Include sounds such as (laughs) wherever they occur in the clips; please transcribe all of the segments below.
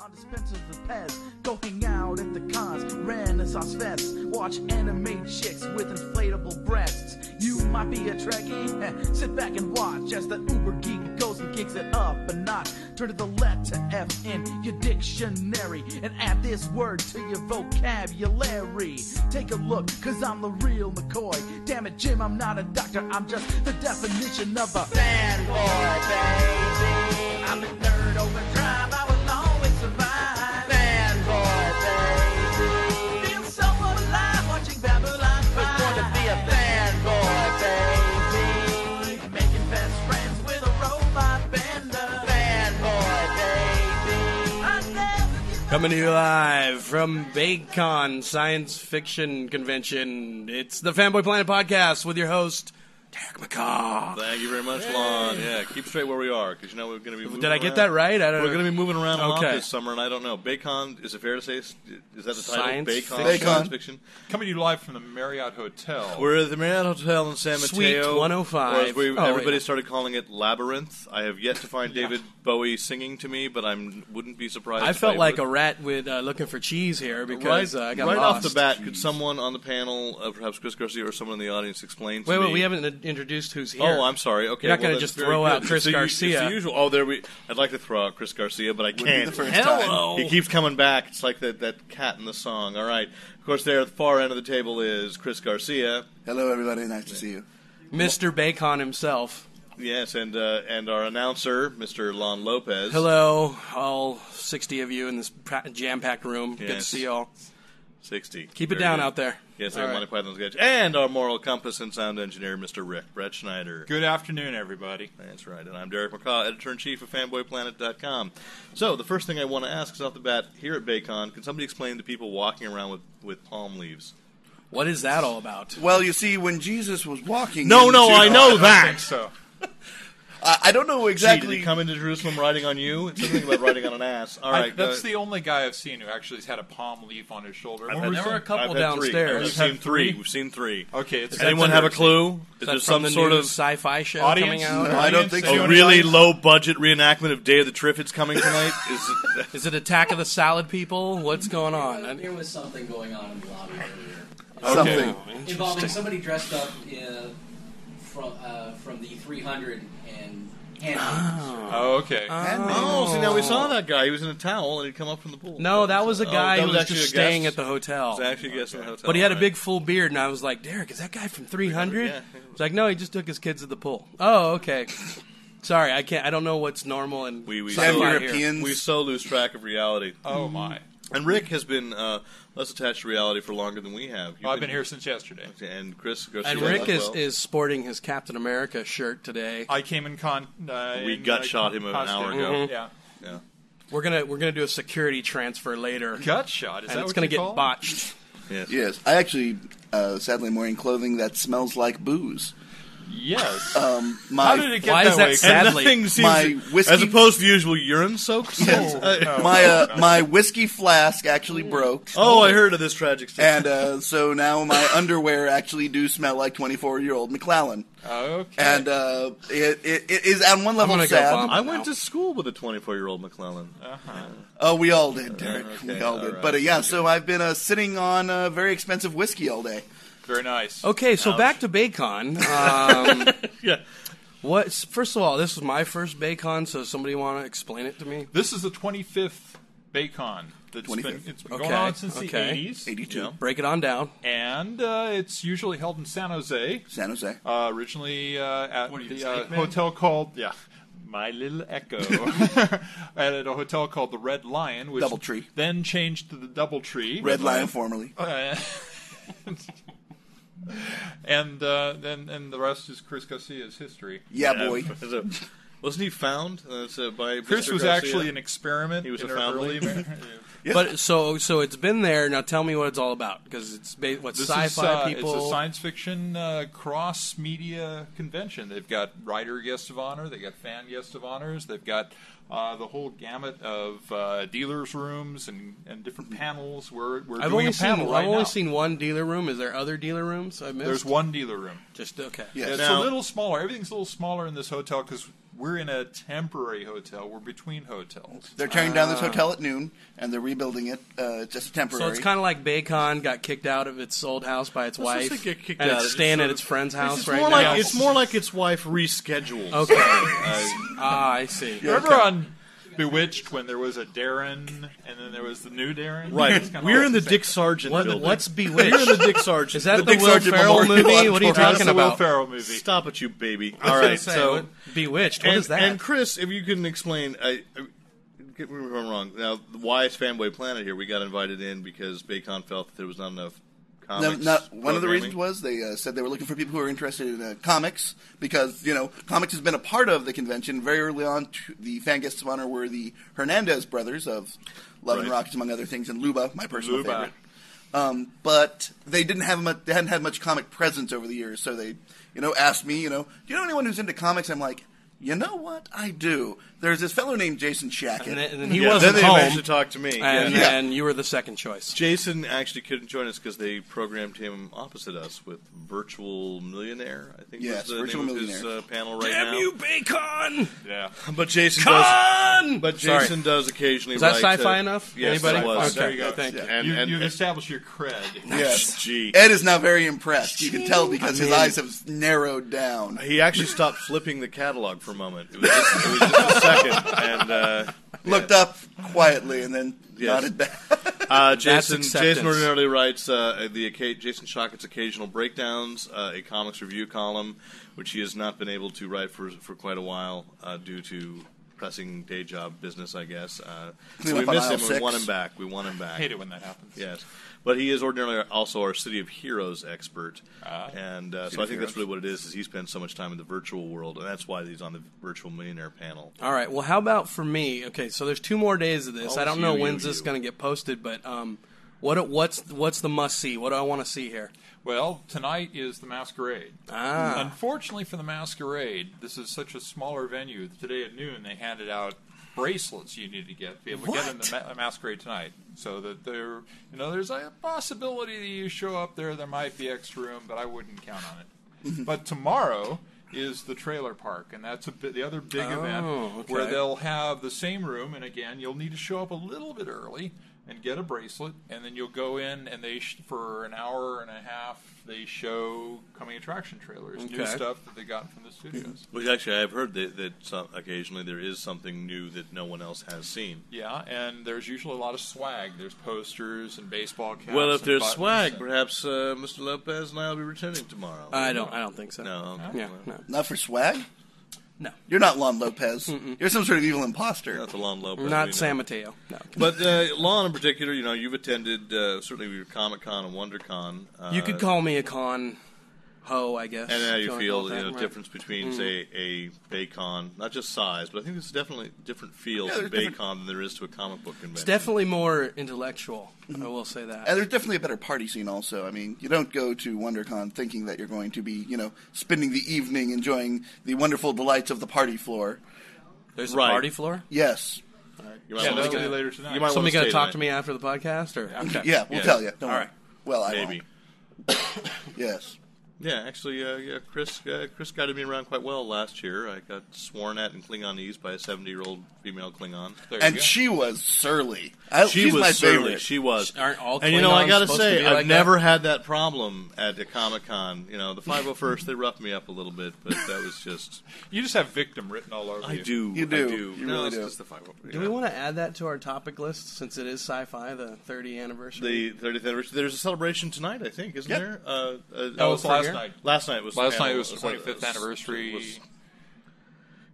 On dispensers with Pez, go hang out at the cons, Renaissance fests, watch anime chicks with inflatable breasts. You might be a Trekkie, eh, sit back and watch as the Uber geek goes and kicks it up a notch. Turn to the letter F in your dictionary and add this word to your vocabulary. Take a look, cause I'm the real McCoy. Damn it, Jim, I'm not a doctor, I'm just the definition of a fanboy, baby. I'm a nerd overdrive. I will always survive. Fanboy, baby. Feel so alive watching Babylon 5. It's going to be a fanboy, baby. Making best friends with a robot bender. Fanboy, baby. I never Coming to you live from BakeCon Science Fiction Convention. It's the Fanboy Planet Podcast with your host, Derek McCaw. Thank you very much, Lon. Yeah, keep straight where we are because you know we're going to be. Moving Did I get around. that right? I don't We're know. going to be moving around a lot Okay. this summer, and I don't know. Baycon, is it fair to say? Is that the title? Science Baycon, fiction. science fiction. Coming to you live from the Marriott Hotel. We're at the Marriott Hotel in San Mateo. Suite 105. Or as we, Oh, wait. everybody started calling it Labyrinth. I have yet to (laughs) find David Bowie singing to me, but I wouldn't be surprised. I if felt like would. a rat with uh, looking for cheese here because right, uh, I got right lost. off the bat. Could someone on the panel, uh, perhaps Chris Garcia or someone in the audience, explain to Wait, me? wait, we haven't in- introduced who's here. Oh, I'm sorry. Okay, You're not well, gonna that's just very throw good. out Chris It's the u- Garcia. It's the usual. Oh, there we. I'd like to throw out Chris Garcia, but I can't. the first Hello. He keeps coming back. It's like that that cat in the song. All right. Of course, there at the far end of the table is Chris Garcia. Hello, everybody. Nice to see you. Mr. Bacon himself. Yes, and uh, and our announcer, Mr. Lon Lopez. Hello, all 60 of you in this pra- jam-packed room. Good to Yes. see you all. Sixty. Keep it Very down good. out there. Yes, All I'm right. Monty Python's sketch. And our moral compass and sound engineer, Mr. Rick Brett Schneider. Good afternoon, everybody. That's right, and I'm Derek McCaw, editor in chief of FanboyPlanet.com. So, the first thing I want to ask is off the bat here at Baycon, can somebody explain to people walking around with, with palm leaves? What is that all about? Well, you see, when Jesus was walking, No, no, into- I know I think that. so. I, I don't know Gee, did exactly. he come into Jerusalem riding on you? It's something about riding on an ass. All I- right, that's go- the only guy I've seen who actually has had a palm leaf on his shoulder. Uh, I've When had we There were were a saying- I've couple had downstairs. Three. We've Is that seen three. Oh, three? We've seen three. Okay, it's Anyone have a clue? Is Is that there from some the sort new of sci-fi show coming Audience, out? No, I don't think so. a Anyone really low. low budget reenactment of Day of the Triffids coming tonight? Is it, Is it Attack of the Salad People? What's going on? There was something going on in the lobby Oh, earlier Something. involving somebody dressed up uh, from uh, from the 300 and hand. Ah. Oh, okay. (laughs) oh, see, now we saw that guy. He was in a towel and he'd come up from the pool. No, that was a Oh, guy that who was, actually just a guest. staying at the hotel. It was actually a guest in the hotel. But he had a right. big full beard, and I was like, Derek, is that guy from 300? Yeah. It's like, "Oh, no, he just took his kids to the pool. Oh, okay. (laughs) Sorry, I can't. I don't know what's normal and We- we- sci-fi Damn Some here. Europeans. We so lose track of reality. Oh my. And Rick has been uh, less attached to reality for longer than we have. You've Well, I've been here since yesterday. (laughs) And Chris Garcia. And Rick as is, well. is sporting his Captain America shirt today. I came in con. Uh, We in, gut uh, shot him an costume. Mm-hmm. hour ago. Yeah. Yeah. We're gonna we're gonna do a security transfer later, Gut shot. Is and that it's what gonna you get call it? botched. Yes. Yes, I actually, uh, sadly, am wearing clothing that smells like booze. Yes. Um, my How did it get Oh, Why that is that way? sad? Sadly, and nothing seems my whiskey- as opposed to the usual urine (laughs) soaks. (laughs) Yes. my uh, my whiskey flask actually broke, oh, I heard of this tragic story. and uh, so now my underwear actually do smell like twenty four year old McClellan. (laughs) Okay. And uh, it, it, it is on one level gonna go sad. vomit. I went to school with a 24-year-old McClellan. Uh. (laughs) Oh, we all did, Derek. okay, we all all did. right. But uh, yeah, so I've been uh, sitting on uh, very expensive whiskey all day. Very nice. Okay, so back to (laughs) Bacon. Um, yeah. what? First of all, this was my first Bacon, so somebody want to explain it to me? This is the 25th Baycon. That's been 25th. it's been Okay, going on since the okay. 80s. 82. Yeah. Break it on down. and uh, it's usually held in San Jose. San Jose. Uh, originally uh, at What are you, the Snake uh, Man? hotel called yeah, My Little Echo, (laughs) at a hotel called the Red Lion, which Doubletree. then changed to the Double Tree. (laughs) Red Lion formerly. and uh, then and the rest is Chris Garcia's history. Yeah, boy. So, wasn't he found? Uh, so by Chris Mr. was Garcia? actually an experiment. He was in a our early foundling. Amer- But so so it's been there. Now tell me what it's all about because it's ba- what This sci-fi is, uh, people. It's a science fiction uh, cross media convention. They've got writer guests of honor, they got fan guests of honors, they've got uh, the whole gamut of uh, dealers' rooms and, and different Hmm. panels. We're, we're I've only doing a seen panel right I've only now. seen one dealer room. Is there other dealer rooms I missed? There's one dealer room. Just okay. Yeah. It's Now- a little smaller. Everything's a little smaller in this hotel because We're in a temporary hotel. We're between hotels. They're tearing down this hotel at noon, and they're rebuilding it. Uh, it's just temporary. So it's kind of like Baycon got kicked out of its old house by its supposed wife, to get kicked and out. it's It's staying sort at of- its friend's house It's right more now. like it's more like its wife rescheduled. (laughs) Okay. I- ah, I see. Remember on Bewitched when there was a Darren and then there was the new Darren? (laughs) (laughs) It's right. kinda We're like in the same- Dick Sargent What- (laughs) building. what's We're in the bewitched? Dick Sargent. Is that the, Big Will Sergeant Ferrell Memorial movie? What are you Auditorium. talking That's the Will about? Ferrell movie. Stop it, you baby! I All was gonna right, say, so what- Bewitched. What is and, that? and Chris, if you can explain, I, I get me if I'm wrong. Now, why is Fanboy Planet here? We got invited in because Bacon felt that there was not enough No, comics. not- one of the programming. reasons was they uh, said they were looking for people who were interested in uh, comics because you know comics has been a part of the convention very early on. T- the fan guests of honor were the Hernandez brothers of Love and Right. Rockets, among other things, and Luba, my personal Luba. favorite. Um, but they didn't have much, they hadn't had much comic presence over the years, so they you know asked me, you know, do you know anyone who's into comics? I'm like, you know what, I do. There's this fellow named Jason Shackett. And then, and then he Yeah, wasn't then they home, managed to talk to me. and yeah. then you were the second choice. Jason actually couldn't join us because they programmed him opposite us with Virtual Millionaire. I think Yes, was the Virtual name of his Millionaire. uh, panel right now. Bacon! Yeah. But Jason Con! does. But Sorry. Jason does occasionally. Is that write sci-fi to- enough? uh, Yes, Anybody? it was. Okay, There you go. thank you. And, you, and, you've and- established your cred. yes. gee. Ed is now very impressed. You can tell because his eyes have narrowed down. He actually stopped flipping the catalog for a moment. It was just, it was just a second, and uh, looked up quietly and then Yes. nodded back. (laughs) uh, Jason acceptance. Jason ordinarily writes uh, the occa- Jason Shockett's occasional breakdowns, uh, a comics review column, which he has not been able to write for for quite a while uh, due to pressing day job business, I guess. Uh, Clean so we up on miss him. aisle and We want six. him back. We want him back. I hate it when that happens. Yes, but he is ordinarily also our City of Heroes expert, Ah. and uh, so I think that's really what it is. Is he spends so much time in the virtual world, and that's why he's on the virtual millionaire panel. All right. Well, how about for me? Okay, so there's two more days of this. Oh, I don't you, know you, when's this you. going to get posted, but um, what what's what's the must see? What do I want to see here? Well, tonight is the masquerade. Ah. Unfortunately for the masquerade, this is such a smaller venue. that Today at noon, they handed out bracelets you need to get to be able to get in the ma- masquerade tonight. So that there, you know, there's a possibility that you show up there. There might be extra room, but I wouldn't count (laughs) on it. but tomorrow is the trailer park, and that's a bi- the other big event Oh, okay. where they'll have the same room. And again, you'll need to show up a little bit early and get a bracelet, and then you'll go in and they sh- for an hour and a half they show coming attraction trailers, new Okay. stuff that they got from the studios. Which actually, I've heard that, that some, occasionally there is something new that no one else has seen. Yeah, and there's usually a lot of swag. There's posters and baseball caps. Well, if and there's buttons swag, and- perhaps uh, Mr. Lopez and I will be returning tomorrow. I don't. I don't think so. No, okay. Yeah. No. Not for swag. No. You're not Lon Lopez. You're some sort of evil imposter. That's a long Lopez. we know. Not San Mateo. No. But uh, Lon, in particular, you know, you've attended uh, certainly your Comic Con and WonderCon. Uh, You could call me a con ho, I guess. And how if you wanna feel call it that, the you know, right. Mm. difference between, say, a Baycon, not just size, but I think there's definitely different feel Yeah, to there's Baycon different- than there is to a comic book convention. It's definitely more intellectual. I will say that. And there's definitely a better party scene. Also, I mean, you don't go to WonderCon thinking that you're going to be, you know, spending the evening enjoying the wonderful delights of the party floor. There's Right. a party floor. Yes. You might Yeah, wanna that'll stay- be later tonight. You might Somebody want gonna talk to me after the podcast, or Okay. Yeah, we'll Yes. tell you. Don't All worry. right. Well, I Maybe. won't. Yes. Yeah, actually, uh, yeah, Chris uh, Chris guided me around quite well last year. I got sworn at in Klingonese by a seventy year old female Klingon. There you And go. she was surly. Oh, I, She she's was my surly. favorite. She was. Aren't all and you know, I Klingons gotta supposed to say, be I've like that? never had that problem at a Comic Con. You know, the five hundred first they roughed me up a little bit, but that was just you just have victim written all over I you. do. You do. I do. You no, really it's do. just the five oh hundred. do we want to add that to our topic list since it is sci-fi, the 30th anniversary? the thirtieth anniversary? There's a celebration tonight, I think, isn't Yep. there? Uh, uh, That was for last here? night. Last night was Last panel- night was the uh, 25th uh, anniversary. was-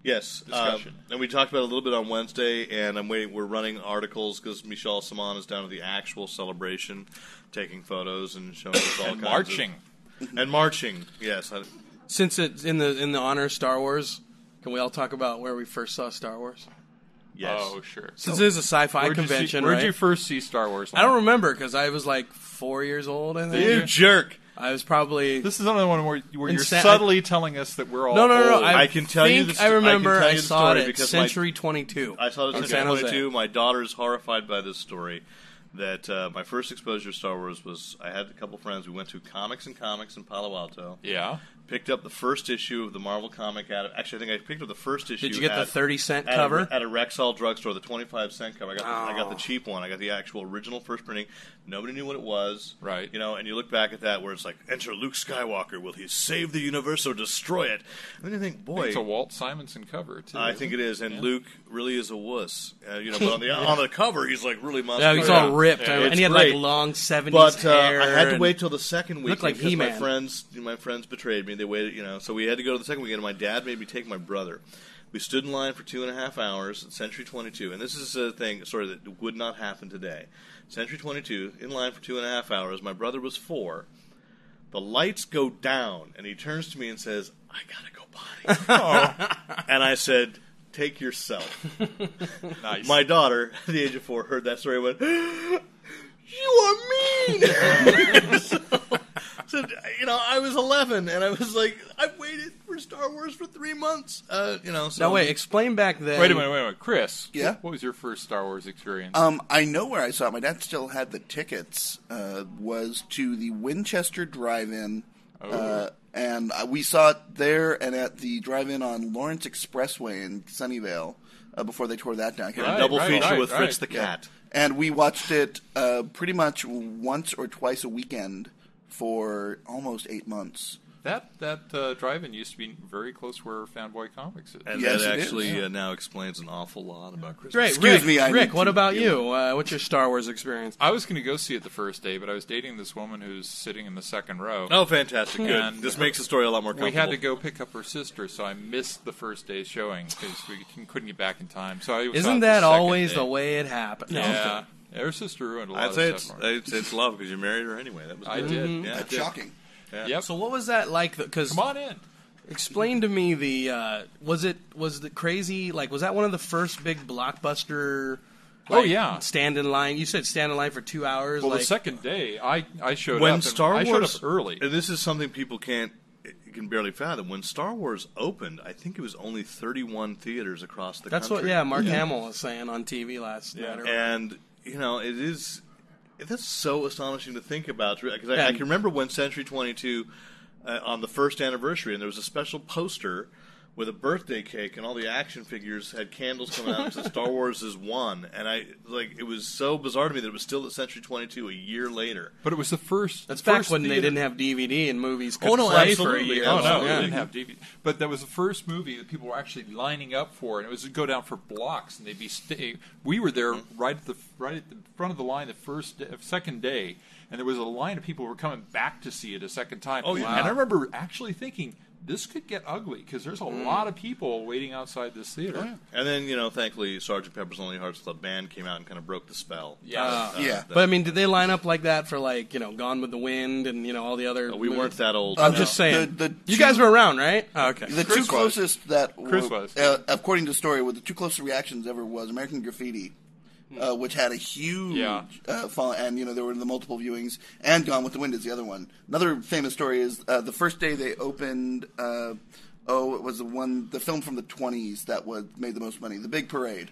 Yes, Discussion. um, and we talked about it a little bit on Wednesday, and I'm waiting. We're running articles because Michelle Simon is down at the actual celebration, taking photos and showing us all and kinds of- marching. and marching. Yes, I, since it's in the in the honor of Star Wars, can we all talk about where we first saw Star Wars? yes. Oh, sure. Since it is a sci-fi Where'd you see- convention, where'd right? you first see Star Wars? I don't remember because I was like four years old. I think you jerk! I was probably This is another one where, where In you're Sa- subtly telling us that we're all no, no, no, old. no. I, Oh. I can tell you think the sto- I I can remember tell I you the saw story it at because my- Century 22. I saw this in in San Jose. 22. My daughter's horrified by this story. That uh, my first exposure to Star Wars was I had a couple friends. We went to Comics and Comics in Palo Alto. yeah. picked up the first issue of the Marvel comic out of. Actually, I think I picked up the first issue. Did you get the at- 30 cent at a- cover? Oh. at a Rexall drugstore? The twenty five cent cover. I got. The, I got the cheap one. I got the actual original first printing. Nobody knew what it was. Right. You know, and you look back at that where it's like, "Enter Luke Skywalker. Will he save the universe or destroy it?" And then you think, I think "Boy, It's a Walt Simonson cover too. I isn't think it? it is, and Luke really is a wuss. Uh, you know, but on the on the cover, he's like really muscular. Yeah, he's all Yeah. ripped, Yeah. and It's he had great. like long '70s But uh, hair. I had to and- wait till the second week Looked like because my He-Man. friends my friends betrayed me. They waited, you know, so we had to go to the second weekend. And my dad made me take my brother. We stood in line for two and a half hours at Century 22, and this is a thing sort of that would not happen today. Century 22 in line for two and a half hours. My brother was four. The lights go down, and he turns to me and says, "I gotta go potty," and I said. Take yourself. nice. My daughter, (laughs) at the age of four, heard that story and went, (gasps) You are mean! (laughs) So, you know, I was 11, and I was like, I've waited for Star Wars for three months. Uh, you know, so No, wait. Explain back then. wait a minute, wait a minute, Chris. Yeah? What was your first Star Wars experience? Um, I know where I saw it. My dad still had the tickets. Uh, was to the Winchester Drive-In, uh, and uh, we saw it there and at the Drive-In on Lawrence Expressway in Sunnyvale uh, before they tore that down. I can't Right. remember. double feature right, with Fritz right. the Cat. And we watched it uh, pretty much once or twice a weekend for almost eight months. that that uh, drive-in used to be very close where Fanboy Comics is. And Yes, that it is. actually uh, now explains an awful lot about Christmas. Great, Excuse Rick, me, I Rick, need what to- about you? Uh, what's your Star Wars experience? I was going to go see it the first day, but I was dating this woman who's sitting in the second row. Oh, fantastic. Good. And- uh, this makes the story a lot more We comfortable. had to go pick up her sister, so I missed the first day's showing because we c- couldn't get back in time. So I was out Isn't the that second always day. the way it happened? No, I'm Yeah, Yeah, her sister ruined a lot I'd say of it's, uh, stuff. for me. it's, it's love because you married her anyway. That was I good. did. Yeah. I That's did. shocking. Yep. So what was that like? Because Come on in. explain to me the uh, was it was the crazy like was that one of the first big blockbuster? Oh, like, yeah. stand in line. You said stand in line for two hours. Well, like, the second day, I I showed when up. and Star I showed Wars up early. and this is something people can't can barely fathom. When Star Wars opened, I think it was only 31 theaters across the that's what country. yeah Mark Hamill was saying on TV last night. or- And you know, it is that's so astonishing to think about because I, I And- can remember when Century 22 uh, on the first anniversary, and there was a special poster. With a birthday cake and all the action figures had candles coming out and said Star Wars is one, and I like it was so bizarre to me that it was still at Century Twenty Two a year later. but it was the first. That's first back when they theater- didn't have DVD and movies could Oh, no, play for absolutely. a year. Oh, Oh no, Yeah. we didn't have DVD. But that was the first movie that people were actually lining up for, and it was to go down for blocks, and they'd be. Sta- we were there Mm-hmm. right at the right at the front of the line the first day, second day, and there was a line of people who were coming back to see it a second time. Oh, yeah. And I remember actually thinking this could get ugly because there's a Mm. lot of people waiting outside this theater. And then you know, thankfully, Sergeant Pepper's Lonely Hearts Club Band came out and kind of broke the spell. Yeah. Uh, Yeah. But I mean, did they line up like that for like you know Gone with the Wind and you know all the other? we movies? weren't that old. I'm I'm just saying. The- the you two- guys were around, right? Oh, okay. The Chris two was. closest that were, Chris was. Uh, according to the story, were the two closest reactions ever was American Graffiti, uh, which had a huge Hmm. Yeah. uh, fall, and you know there were the multiple viewings, and Gone with the Wind is the other one. Another famous story is uh, the first day they opened. Uh, oh, it was the one the film from the twenties that was made the most money, The Big Parade.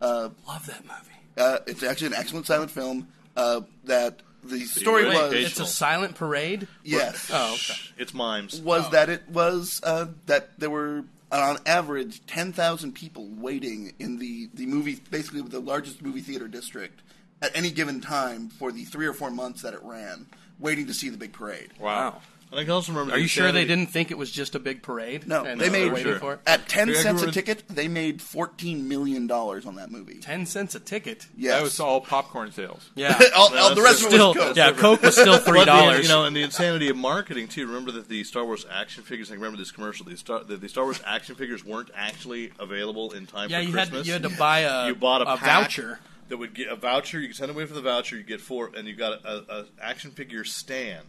Love that movie. Uh, it's actually an excellent silent film uh, that the story Wait, was It's a silent parade. (laughs) yes. Oh, okay. It's mimes. was that it was uh, that there were uh, on average 10,000 people waiting in the, the movie, basically the largest movie theater district at any given time for the three or four months that it ran, waiting to see the big parade. Wow. And I can also remember. Are the you sure they insanity- didn't think it was just a big parade? No, and they were made waiting sure. for it. at 10 Yeah, cents a everyone- ticket, they made 14 million dollars on that movie. Ten cents a ticket. Yes. That (laughs) was all popcorn sales. Yeah. (laughs) all, all- the rest of it Still, was Coke. yeah. Coke was still three But the- dollars. You know, and the insanity of marketing too. Remember that the Star Wars action figures. I remember this commercial. The Star, that the Star Wars action figures weren't actually available in time yeah, for you had Christmas. you had to buy a You bought a, Uh, a pack voucher. that would get a voucher. You could send away for the voucher. You get four, and you got a, a, a action figure stand.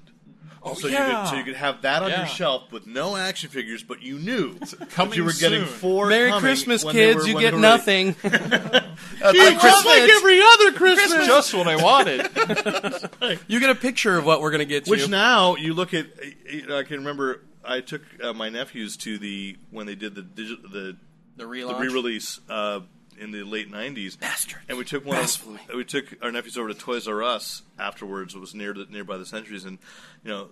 Oh, so you yeah. could so you could have that on Yeah. your shelf with no action figures, but you knew that coming you were getting soon. four. Merry coming Christmas, when they kids! were- you when get they were ready. (laughs) nothing. Uh, I- Christmas. Christmas- like every other Christmas. Just what (laughs) I wanted. You get a picture of what we're gonna get Which you. now you look at. I- I can remember I took uh, my nephews to the when they did the digi- the the the relaunch. re-release uh, in the late '90s. Bastard. And we took one. Of, Blasphemy. we took our nephews over to Toys R Us afterwards. It was near the, nearby the Centuries, and you know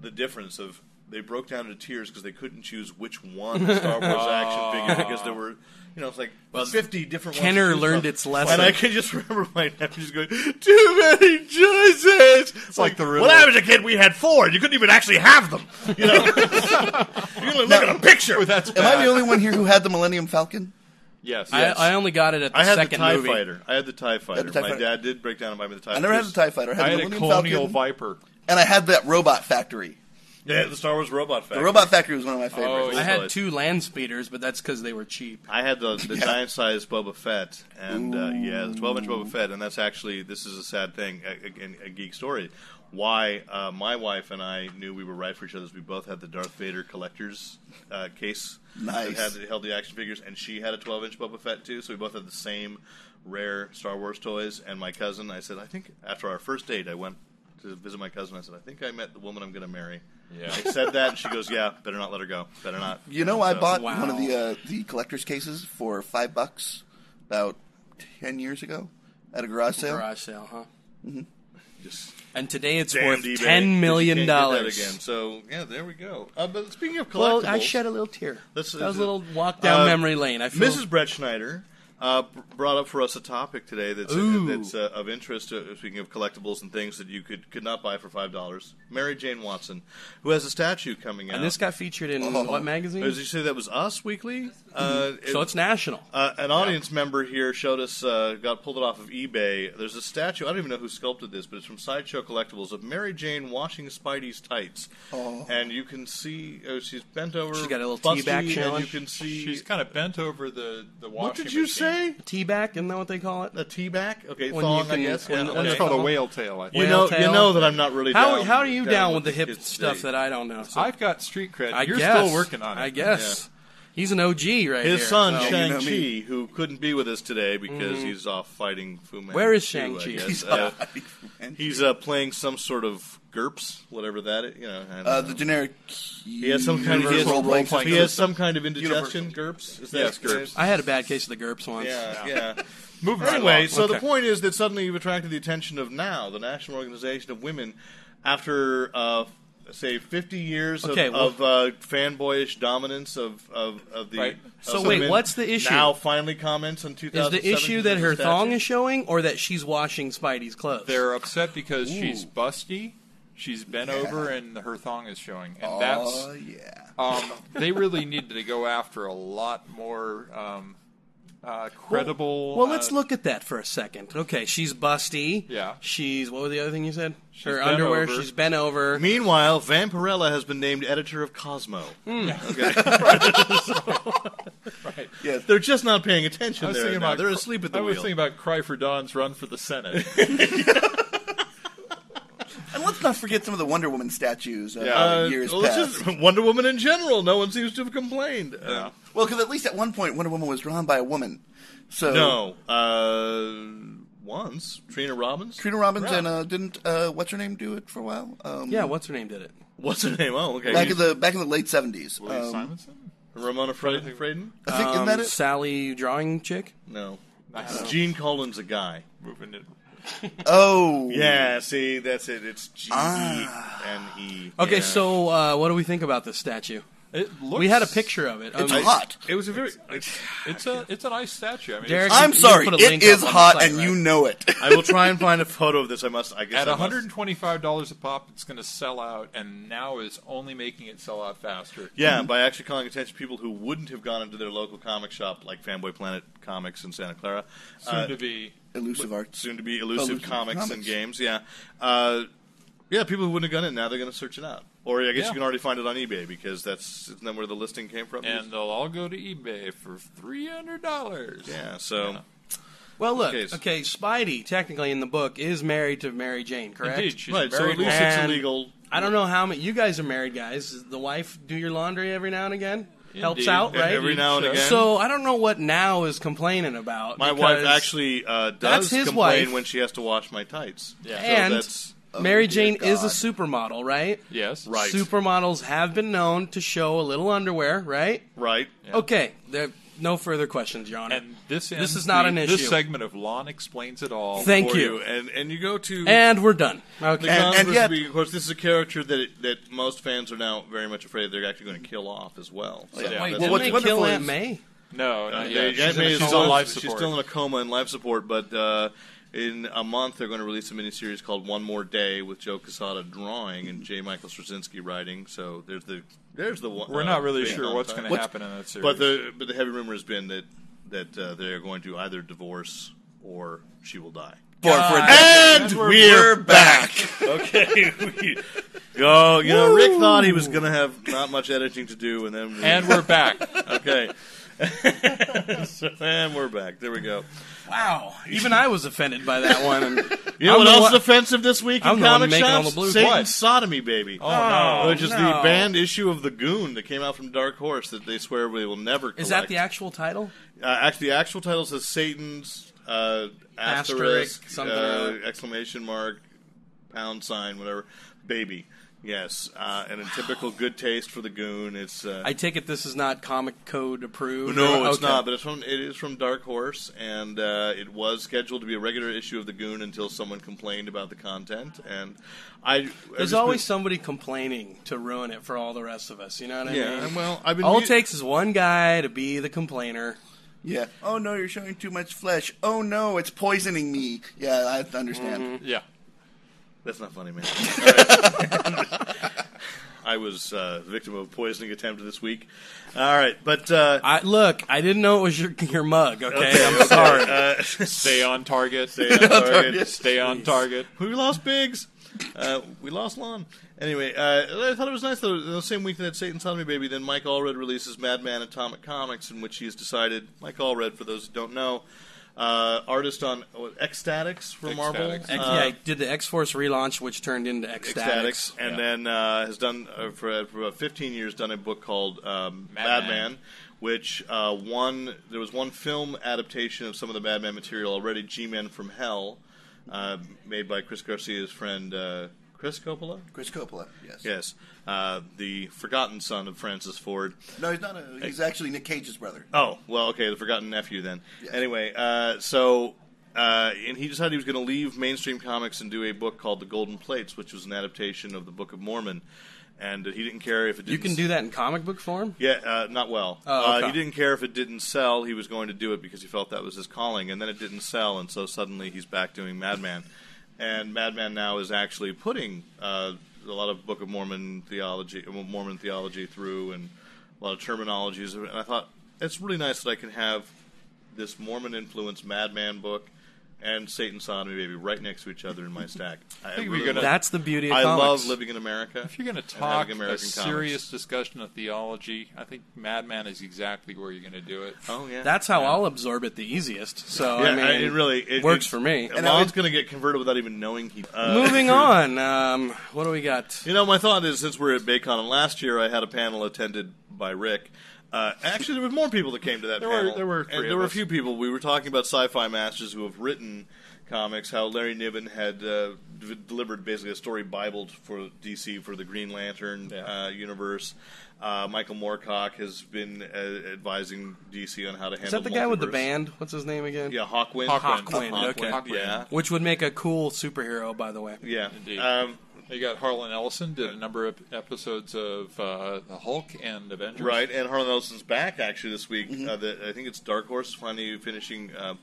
the difference of They broke down into tiers because they couldn't choose which one Star Wars (laughs) action figure because there were, you know, it's like fifty different. ones to Kenner choose from. learned its lesson. and I can just remember my dad just going, "Too many choices." It's like the riddle. When I was a kid, we had four, and you couldn't even actually have them. You know, (laughs) you can only look at a picture. That's Am I bad. the only one here who had the Millennium Falcon? Yes. I, I only got it at the I had the second Tie movie. Fighter. I had the Tie Fighter. TIE my Fighter. dad did break down and buy me the Tie. I never had the Tie Fighter. I had, I the had a Millennium colonial Falcon, Viper. and I had that Robot Factory. Yeah, the Star Wars Robot Factory. The Robot Factory was one of my favorites. Oh, I But- had two land speeders, but that's because they were cheap. I had the, (laughs) the giant sized Boba Fett, and uh, yeah, the 12 inch Boba Fett, and that's actually this is a sad thing, a- again, a, geek story. Why uh, my wife and I knew we were right for each other is we both had the Darth Vader collector's uh, case Nice. that had held the action figures, and she had a 12 inch Boba Fett too, so we both had the same rare Star Wars toys. And my cousin, I said, I think after our first date, I went to visit my cousin. I said, I think I met the woman I'm going to marry. Yeah. I said that, and she goes, Yeah, better not let her go. Better not. You know, I So- bought Wow. one of the uh, the collector's cases for five bucks about ten years ago at a garage sale. Garage sale, huh? Just And today it's Damned worth eBay. ten million You can't get that dollars. again. So yeah, there we go. Uh, but speaking of collectibles, Well, I shed a little tear. This that was is- a little walk down uh, memory lane. I feel Mrs. Brett Schneider uh, b- brought up for us a topic today that's Ooh. that's uh, of interest. Uh, speaking of collectibles and things that you could could not buy for five dollars, Mary Jane Watson, who has a statue coming out. And this got featured in Oh. what magazine? Uh, Did you say that was Us Weekly? Uh, Mm-hmm. so it- it's national. Uh, an audience member here showed us, uh, got pulled it off of eBay. There's a statue, I don't even know who sculpted this, but it's from Sideshow Collectibles of Mary Jane washing Spidey's tights. Oh. And you can see, oh, she's bent over. She got a little busty, teabag And challenge. you can see. She's kind of bent over the the washing what did you machine. say? Teaback, isn't that what they call it? A teabag? Okay, When thong, you can- I guess. when- yeah, when okay. It's called a whale tail. I You think. Whale know, you tail. know that I'm not really How down how are you down, with the hip kids stuff today. that I don't know? So, I've got street cred. I You're guess. still working on it. I guess he's an OG right here. His son so- you Shang know me. Chi, who couldn't be with us today because he's off fighting Fu Manchu. Mm-hmm. Where is I Shang-Chi? guess. (laughs) He's Uh, and He's uh, playing some sort of GURPS, whatever that is. You know, I don't uh, know. the generic. he has some kind of he has, Universal role-playing he has some kind of indigestion. GURPS. Is that Yes, GURPS. I had a bad case of the GURPS once. Yeah, yeah. Moving (laughs) right Anyway, along. so the Okay. point is that suddenly you've attracted the attention of now the National Organization of Women after. Uh, Say fifty years of, Okay, well- of uh, fanboyish dominance of of, of the. Right. of So wait, women what's the issue? Now finally comments on two Is thousand. the issue that her thong is showing, or that she's washing Spidey's clothes? They're upset because she's busty. She's bent over and her thong is showing, and that's Oh yeah. um, they really needed to go after a lot more um, uh, credible. Well, let's uh, look at that for a second. Okay, she's busty. Yeah. She's what was the other thing you said? her bent underwear. over. She's bent over. Meanwhile, Vampirella has been named editor of Cosmo. Yes. They're just not paying I attention was there. thinking Now. about They're asleep at the I was wheel. thinking about Cry for Dawn's run for (laughs) the Senate. And let's not forget some of the Wonder Woman statues of Uh, uh, years well, past. it's just Wonder Woman in general. No one seems to have complained. Uh, Well, because at least at one point Wonder Woman was drawn by a woman. So no, uh, once Trina Robbins. Trina Robbins Yeah. and uh, didn't uh, what's her name do it for a while? Um, Yeah, what's her name did it? What's her name? Oh, okay. Back in the back in the late seventies. Louise Um, Simonson? Ramona Fra- Fraden. I think isn't Um, that it? Sally drawing chick. No, Uh, I don't know. Gene Colan's a guy. Moving it. Oh Yeah, see, that's it. It's G and E. Okay, Yeah. so uh, what do we think about this statue? It looks, We had a picture of it. It's Um, hot. it was a very. It's a it's a nice statue. I mean, Derek- it's, I'm You sorry, put a it link up is on the hot, site, and right? you know it. (laughs) I will try and find a photo of this. I must. I guess at I must. 125 dollars a pop, it's going to sell out, and now is only making it sell out faster. Yeah, by actually calling attention to people who wouldn't have gone into their local comic shop, like Fanboy Planet Comics in Santa Clara. Soon Uh, to be. Elusive arts. soon to be elusive, Elusive comics, and comics. games. Yeah, uh, yeah. People who wouldn't have gone in now they're going to search it out, or I guess Yeah. you can already find it on eBay because that's isn't that where the listing came from? And they'll all go to eBay for three hundred dollars. yeah, so Well, look. case. Okay, Spidey technically in the book is married to Mary Jane, correct? indeed, she's right, so very at least it's And- illegal. I don't know how many. You guys are married, guys. Does The wife do your laundry every now and again. Helps Indeed. out, And right? every now and again. So I don't know what now is complaining about. My because- wife actually uh, does That's his complain wife. when she has to wash my tights. Yeah. so and that's Mary dear Jane is a God. supermodel, right? yes, Right. Supermodels have been known to show a little underwear, right? right. Okay, they're- no further questions, Your Honor. And this This ends is not the- an issue. This segment of Lon explains it all. Thank for you. And and you go to And we're done. the Okay. And- Congress and yet- because, of course, this is a character that that most fans are now very much afraid they're actually going to kill off as well. So Oh, Wait, that's- didn't what's they wonderful kill Aunt is- May? No, not they- yet. Aunt She's, in- May is she's still, on life she's support. still in a coma and life support, but uh, in a month they're going to release a miniseries called One More Day with Joe Casada drawing and J. Michael Straczynski writing. So there's the there's the one. We're uh, not really big sure on what's time. going to happen in that series. But the but the heavy rumor has been that that uh, they're going to either divorce or she will die. And we're- we're back. Okay. we- (laughs) oh, you know, Rick thought he was going to have not much editing to do, and then we- and we're back. okay. (laughs) so, and we're back. There we go. Wow. Even I was offended by that one. And You know I'm what the else one- is offensive this week I'm in the one comic making all shops? the blue Satan's what? sodomy baby. Oh, no. Which is the no. banned issue of the Goon that came out from Dark Horse that they swear we will never. Collect. Is that the actual title? Uh, actually, the actual title says Satan's uh, asterisk, Asterisk, something uh, or other. exclamation mark, pound sign, whatever, baby. Yes, uh, and in typical good taste for the goon, it's uh, I take it this is not comic code approved. no, or- it's okay. not. But it's from it is from Dark Horse, and uh, it was scheduled to be a regular issue of the Goon until someone complained about the content. And I I've just There's been- always somebody complaining to ruin it for all the rest of us. You know what I yeah. mean? and Well, I've been all mu- it takes is one guy to be the complainer. Yeah. Oh no, you're showing too much flesh. Oh no, it's poisoning me. Yeah, I understand. Mm-hmm. (laughs) Yeah. That's (laughs) not funny, man. (laughs) I was uh, victim of a poisoning attempt this week. All right, but uh, I look. I didn't know it was your your mug. Okay, Okay, I'm okay. sorry. (laughs) (laughs) Uh, Stay on target. Stay on target. (laughs) Stay on target. we lost Biggs. Uh, we lost Lon. Anyway, uh, I thought it was nice though. The same week that Satan Sodomy Baby, then Mike Allred releases Madman Atomic Comics, in which he has decided Mike Allred, for those who don't know, uh, artist on what, Ecstatics for Marvel, Ecstatics. Uh, X- yeah, I did the X Force relaunch, which turned into Ecstatics. Ecstatics, and Yeah. then uh, has done uh, for, for about 15 years done a book called um, Madman. Madman. which uh, one there was one film adaptation of some of the Madman material already, G-Men from Hell, uh, made by Chris Garcia's friend uh, Chris Coppola. Chris Coppola. Yes. Yes, uh, the forgotten son of Francis Ford. No, he's not. A, he's actually Nick Cage's brother. Oh, well, okay, the forgotten nephew then. Yes. Anyway, uh, so. Uh, and he decided he was going to leave mainstream comics and do a book called The Golden Plates, which was an adaptation of the Book of Mormon. And he didn't care if it didn't You can do that in comic book form. yeah, uh, not well. Oh, uh, okay. he didn't care if it didn't sell. He was going to do it because he felt that was his calling, and then it didn't sell, and so suddenly he's back doing Madman, and Madman now is actually putting uh, a lot of Book of Mormon theology, Mormon theology through, and a lot of terminologies. And I thought it's really nice that I can have this Mormon influenced Madman book and Satan Sodomy Baby right next to each other in my (laughs) stack. I, really think we're gonna- love- That's the beauty of I comics. love living in America. If you're going to and having talk a American comics. serious discussion of theology, I think Madman is exactly where you're going to do it. oh yeah, That's how I'll absorb it the easiest. So Yeah, I mean, I- it really it, works it- for me. And I Lon's would- going to get converted without even knowing he. Uh, (laughs) Moving on. Um, what do we got? You know, my thought is since we're at BayCon, and last year I had a panel attended by Rick. Uh, actually, there were more people that came to that There were- panel. there were And three there of were a us. few people. We were talking about sci-fi masters who have written comics. How Larry Niven had uh, d- delivered basically a story bible for DC for the Green Lantern Yeah. uh, universe. Uh, Michael Moorcock has been uh, advising DC on how to handle. Is that the guy with the multiverse. band? What's his name again? Yeah, Hawkwind. Hawkwind. Hawkwind, okay. Yeah. Which would make a cool superhero, by the way. Yeah, Indeed. Um, You got Harlan Ellison did a number of episodes of uh, the Hulk and Avengers. right. And Harlan Ellison's back actually this week. Mm-hmm. Uh, the, I think it's Dark Horse finally finishing uh,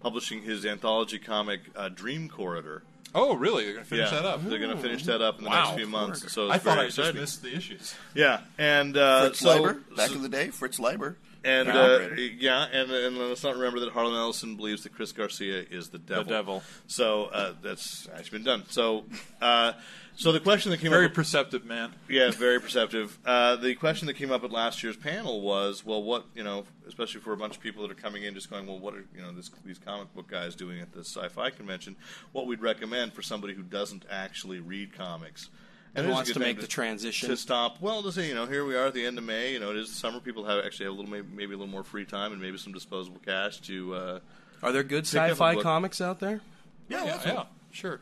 publishing his anthology comic uh, Dream Corridor. Oh, really? They're going to finish yeah, that up. they're going to finish that up in the Wow. next few months. So it's I thought very I just exciting. missed the issues. Yeah, and uh, Fritz so, Leiber, back so- in the day, Fritz Leiber. and Yeah. uh, yeah, and and let's not remember that Harlan Ellison believes that Chris Garcia is the devil. devil. So uh, that's actually been done. So. Uh, so the question that came Very up perceptive man. Yeah, very perceptive. Uh, the question that came up at last year's panel was, well, what you know, especially for a bunch of people that are coming in, just going, well, what are you know this, these comic book guys doing at the sci-fi convention? What we'd recommend for somebody who doesn't actually read comics And it is a wants good to thing make the transition. to stop. Well, to say you know, here we are at the end of May. You know, it is summer. People have actually have a little maybe, maybe a little more free time and maybe some disposable cash to. Uh, Are there good up a sci-fi book. comics out there? Yeah, yeah, sure.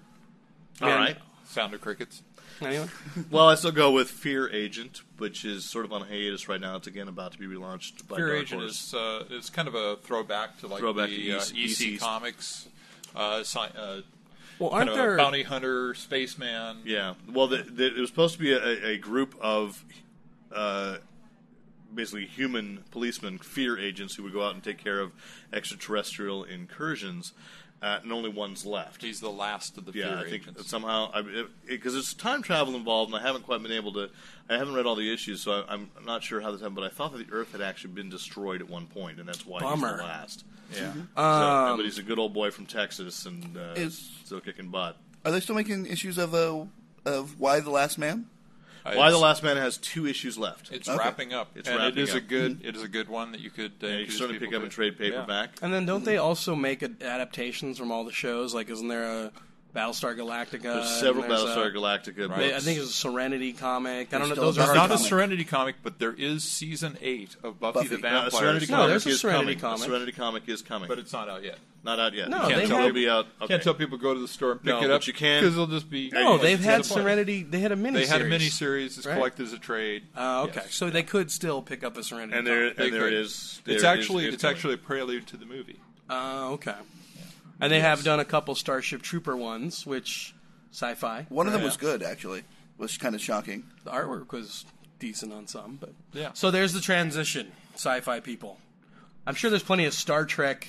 I mean, all right. Sound of crickets. (laughs) Anyone? Well, I still go with Fear Agent, which is sort of on hiatus right now. It's again about to be relaunched by Fear Dark Agent Horse. is uh, is kind of a throwback to like Throwback the to E uh, EC EC ECs. comics, uh, sci- uh, Well, kind aren't of a there? bounty hunter, spaceman. Yeah. Well, the, the, it was supposed to be a, a group of uh, basically human policemen, fear agents, who would go out and take care of extraterrestrial incursions, uh, and only one's left. He's the last of the Yeah, Fear I think Agents. somehow because there's time travel involved, and I haven't quite been able to. I haven't read all the issues, so I, I'm not sure how this happened. But I thought that the Earth had actually been destroyed at one point, and that's why he's Bummer. the last. yeah. Mm-hmm. Uh, So, but he's a good old boy from Texas, and uh, Is- still kicking butt. Are they still making issues of uh, of Why the Last Man? Uh, Why the it's- Last Man has two issues left. It's Okay. wrapping up, It's and wrapping it is a up. good. It is a good one that you could. Yeah, Uh, you introduce can certainly people Uh, pick up to. a trade Yeah. paperback. And then don't they also make ad- adaptations from all the shows? Like, isn't there a Battlestar Galactica? There's and several there's Battlestar a- Galactica uh, Right. they- I books. think it's a Serenity comic. I don't know. still Those a are It's hard not a comic. Serenity comic, but there is season eight of Buffy, Buffy. the No, No, Vampire. a Serenity No, comic there's a is Serenity coming. comic. A Serenity comic is coming. but it's not out yet. not out yet. No, you they can't tell had- it'll be out. Okay. Can't tell people to go to the store and pick No, it up but you can- because it'll just be. No, Oh, they've it's had disappointing. Serenity. They had a mini. They had a mini series that's right? collected as a trade. Oh, okay. Yes. So they could still pick up a Serenity. and there, comic. and there could. is. there It's is- actually is it's coming. actually a prelude to the movie. Oh, okay. And they have done a couple Starship Trooper ones, which sci-fi. One of them Yeah. was good, actually. Was kind of shocking. The artwork was decent on some, but Yeah. So there's the transition, sci-fi people. I'm sure there's plenty of Star Trek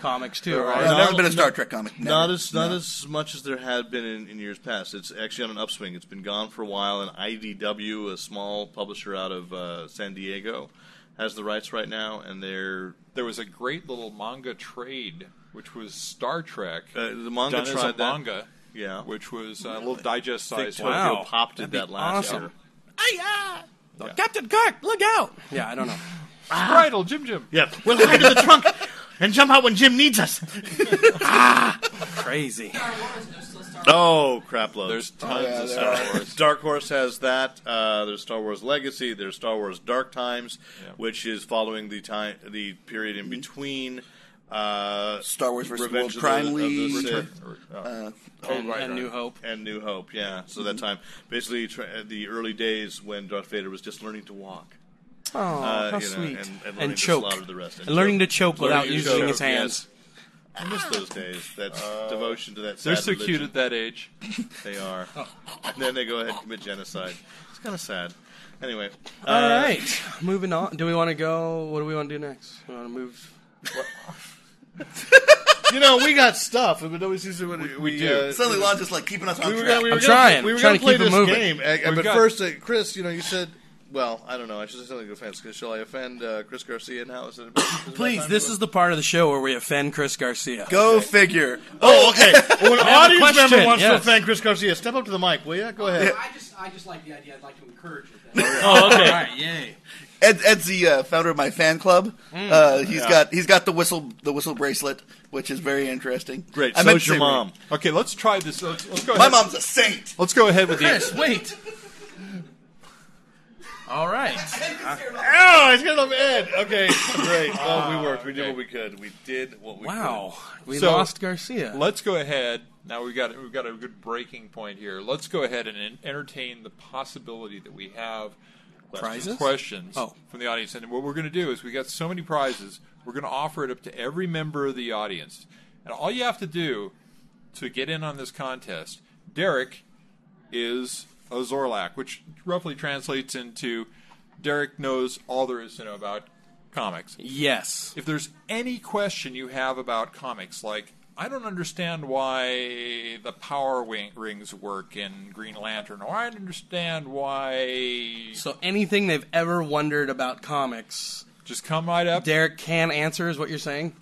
comics too, right? No, No, never been a Star no, Trek comic. Never. Not as not as much as there had been in, in years past. It's actually on an upswing. It's been gone for a while. And IDW, a small publisher out of uh, San Diego, has the rights right now, and they're There was a great little manga trade which was Star Trek. uh, the manga done as tried a that. manga, Yeah. which was uh, a little digest I think size. Wow. Tokyo Pop did That'd that be last awesome. year. uh, Yeah. Captain Kirk, look out! Yeah, I don't know. Bridal Jim Jim. Yeah, we'll hide in the trunk and jump out when Jim needs us. (laughs) Crazy. Star Wars, there's still Star Wars. Oh, crap loads. There's tons yeah, of there Star are. Wars. Dark Horse has that. Uh, there's Star Wars Legacy. There's Star Wars Dark Times, Yeah. which is following the time, the period in between. Uh, Star Wars versus Revenge of World the- Crime of the League. Sith Or, uh, and, and New Hope. and New Hope. Yeah, so that time, basically, tra- uh, the early days when Darth Vader was just learning to walk. Oh, Uh, how you know, sweet. and- and and learning to choke. slaughter the rest. and learning to choke without to using choke, his hands. I miss those days. That's devotion to that. They're sad so cute religion. at that age. They are. And then they go ahead and commit genocide. It's kind of sad. Anyway. All uh, right, moving on. Do we want to go? What do we want to do next? We want to move. You know, we got stuff, but nobody seems to. We, do. uh, Suddenly, Lon just like keeping us on we were track. gonna, we were I'm gonna- trying. We were I'm trying gonna play to keep it this moving. game, uh, uh, We've but got- first, uh, Chris, you know, you said. Well, I don't know. I should say something to offense. Cause shall I offend uh, Chris Garcia now? Is it about, is it about Please, time This to- is the part of the show where we offend Chris Garcia. Go figure. Oh, (laughs) okay. Well, an I have a audience member question, wants to yes. offend Chris Garcia. Step up to the mic, will you? Go ahead. I just, I just like the idea. I'd like to encourage it. oh, okay. right, yay. Ed, Ed's the uh, founder of my fan club. Mm, Uh, he's got he's got the whistle the whistle bracelet, which is very interesting. Great. meant So's to your say- mom. Okay, let's try this. Let's, let's go My ahead. mom's a saint. Oh, Let's go ahead with the. Chris, wait. All right. Oh, it's gonna love Ed. Okay, great. (laughs) Oh, we worked. We did what we could. We did what we Ah, Wow, we So- lost Garcia. Let's go ahead. Now we've got we've got a good breaking point here. Let's go ahead and en- entertain the possibility that we have Prizes? questions Oh. from the audience. And what we're going to do is we got so many prizes, we're going to offer it up to every member of the audience. And all you have to do to get in on this contest, Derek is a Zorlak, which roughly translates into Derek knows all there is to know about comics yes. if there's any question you have about comics, like I don't understand why the power wing- rings work in Green Lantern, or I don't understand why. So anything they've ever wondered about comics, Just come right up. Derek can answer. Is what you're saying? could.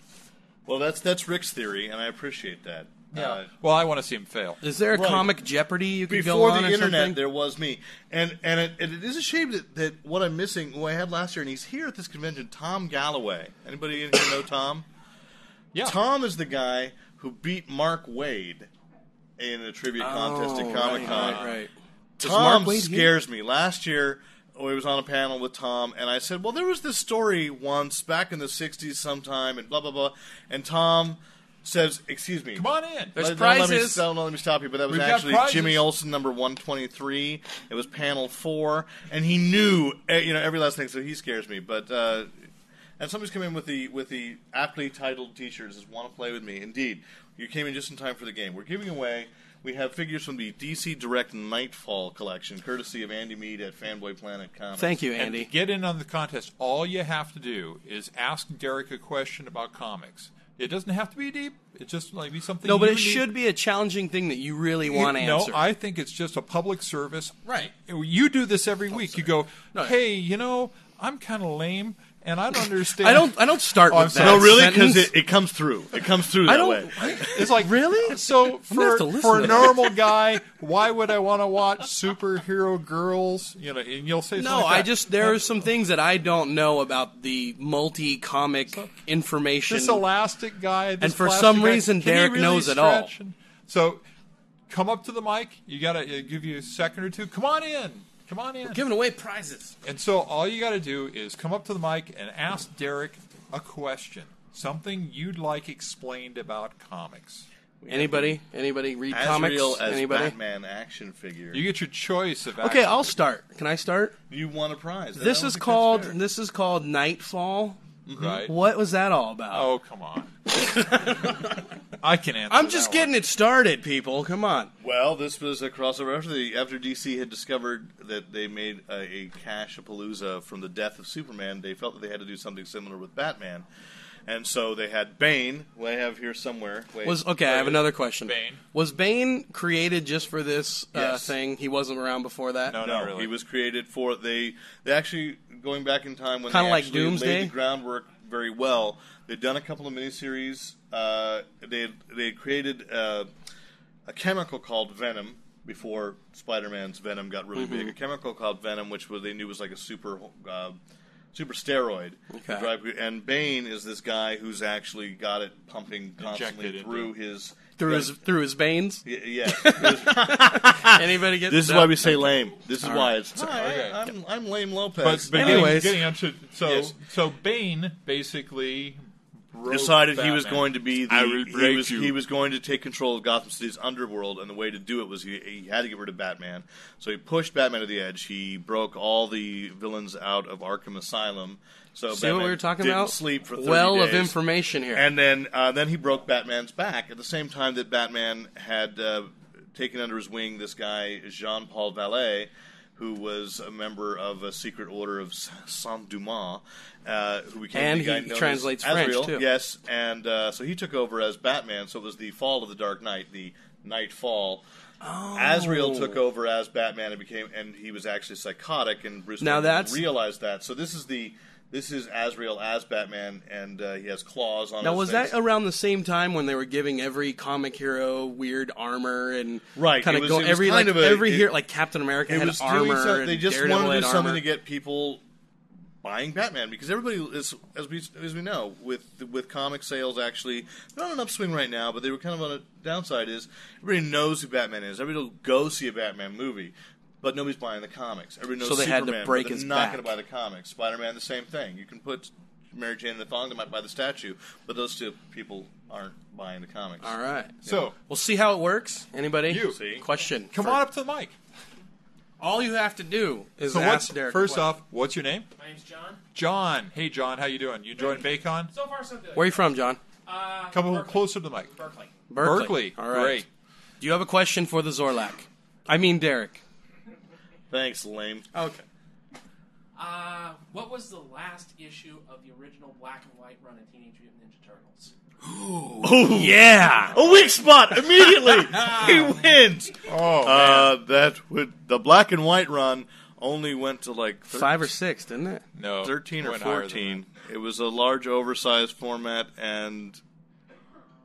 Well, that's that's Rick's theory, and I appreciate that. Uh, well, I want to see him fail. Is there a Right. comic Jeopardy you could go before on the or internet, something? there was me, and and it, and it is a shame that, that what I'm missing, who I had last year, and he's here at this convention, Tom Galloway. Anybody in here know Tom? Yeah. Tom is the guy who beat Mark Wade in a trivia contest at Comic Con. Oh, Right, right. Does Tom Mark Wade here? scares me. Last year, I was on a panel with Tom, and I said, "Well, there was this story once back in the '60s, sometime, and blah blah blah." And Tom says, "Excuse me, Come on in. There's Let- don't Let me, prizes. don't let me stop you, but that was We've got actually prizes. Jimmy Olsen, number 123. It was panel four, and he knew, eh, you know, every last thing, so he scares me. But uh, and somebody's come in with the with the aptly titled T-shirts. Is want to play with me? Indeed, you came in just in time for the game. We're giving away. We have figures from the DC Direct Nightfall collection, courtesy of Andy Mead at Fanboy Planet Comics. Thank you, And to Andy. get in on the contest, all you have to do is ask Derek a question about comics. It doesn't have to be deep. It's just like be something. No, but you it need- should be a challenging thing that you really You- want to no, answer. I think it's just a public service. Right. You do this every week. You go, hey, you know, I'm kind of lame, and (laughs) I don't understand. I don't. I don't start Oh, I'm with that. sorry. No, really, because sentence. it, it comes through. It comes through that I don't. way. (laughs) It's like really. So gonna for have to listen for a to that. normal guy, why would I want to watch superhero girls? You know, and you'll say No, something like I that. just there are some things that I don't know about the multi comic information. this elastic guy. This And for plastic some guy, reason, can he Derek really knows it all. stretch? And- So come up to the mic. You gotta uh, give you a second or two. Come on in. Come on in. giving away prizes. And so all you got to do is come up to the mic and ask Derek a question, something you'd like explained about comics. Anybody? Anybody read As comics? real as Anybody? Batman action figure. You, You get your choice of Okay, action. I'll start. Can I start? won a prize. I This don't is think that's called fair. this is called Nightfall. right. What was that all about? Oh (laughs) come on! I can answer. I'm just that getting it started, people. Come on. Well, this was a crossover after, the, after DC had discovered that they made a, a cash palooza from the death of Superman. They felt that they had to do something similar with Batman, and so they had Bane. who I have here somewhere. Wait. Was okay. I have another question. Bane. Was Bane created just for this uh, Yes. thing? He wasn't around before that. No, no, not really. he was created for they. They actually going back in time when Kinda they like actually Doomsday? laid the groundwork very well. They'd done a couple of miniseries. Uh, they had, they had created uh, a chemical called venom before Spider-Man's venom got really Mm-hmm. big. A chemical called venom, which was, they knew was like a super uh, super steroid. Okay. Drive- And Bane is this guy who's actually got it pumping constantly Injected into through it. his Through his through his (laughs) veins. Y- yeah. Anybody get this is that? why we say lame. This is why it's Hi, Okay. I'm, I'm lame Lopez. But, but Anyways. getting, getting onto so Yes. so Bane basically broke decided he was Batman. going to be the I will he break was, you. he was going to take control of Gotham City's underworld, and the way to do it was he, he had to get rid of Batman. So he pushed Batman to the edge. He broke all the villains out of Arkham Asylum. So See Batman what we were talking didn't about? Sleep for 30 well of days. information here. And then uh, then he broke Batman's back at the same time that Batman had uh, taken under his wing this guy Jean Paul Vallet, who was a member of a secret order of Saint Dumas, uh, who became And the guy he known translates as French, Azrael. too. Yes, and uh, so he took over as Batman. So it was the fall of the Dark Knight, the Nightfall. Oh. Azrael took over as Batman and became, and he was actually psychotic. And Bruce Now Wayne that's- realized that. So this is the this is Azrael as Batman, and uh, he has claws on. now his was face. that around the same time when they were giving every comic hero weird armor and Right, kind it of was- go it was every kind like of a- every it- hero like Captain America it had was doing armor some- they and just Daredevil wanted to had do armor. something to get people buying Batman because everybody is, as we as we know, with with comic sales actually they're on an upswing right now, but they were kind of on a downside. Is everybody knows who Batman is? Everybody will go see a Batman movie. But nobody's buying the comics. Everybody knows So they had to Superman, but break they're his not back. going to buy the comics. Spider-Man, the same thing. You can put Mary Jane in a thong; they might buy the statue, but those two people aren't buying the comics. All right. So We'll see how it works. Anybody? You. See? Question. come on up to the mic. All you have to do is So what's ask Derek. a first question. off? What's your name? My name's John. John. Hey John, how you doing? You enjoying Bacon? So far, so good. Where are you from, John? Uh, Come a little Berkeley. closer to the mic. Berkeley. Berkeley. All right. Great. Do you have a question for the Zorlak? I mean Derek. Thanks, lame. Okay. Uh, what was the last issue of the original black and white run of Teenage Mutant Ninja Turtles? Yeah. A weak (laughs) spot immediately. (laughs) he wins. Oh, uh, that would the black and white run only went to like thir- Five or six, didn't it? No. thirteen or went higher than fourteen. It was a large, oversized format, and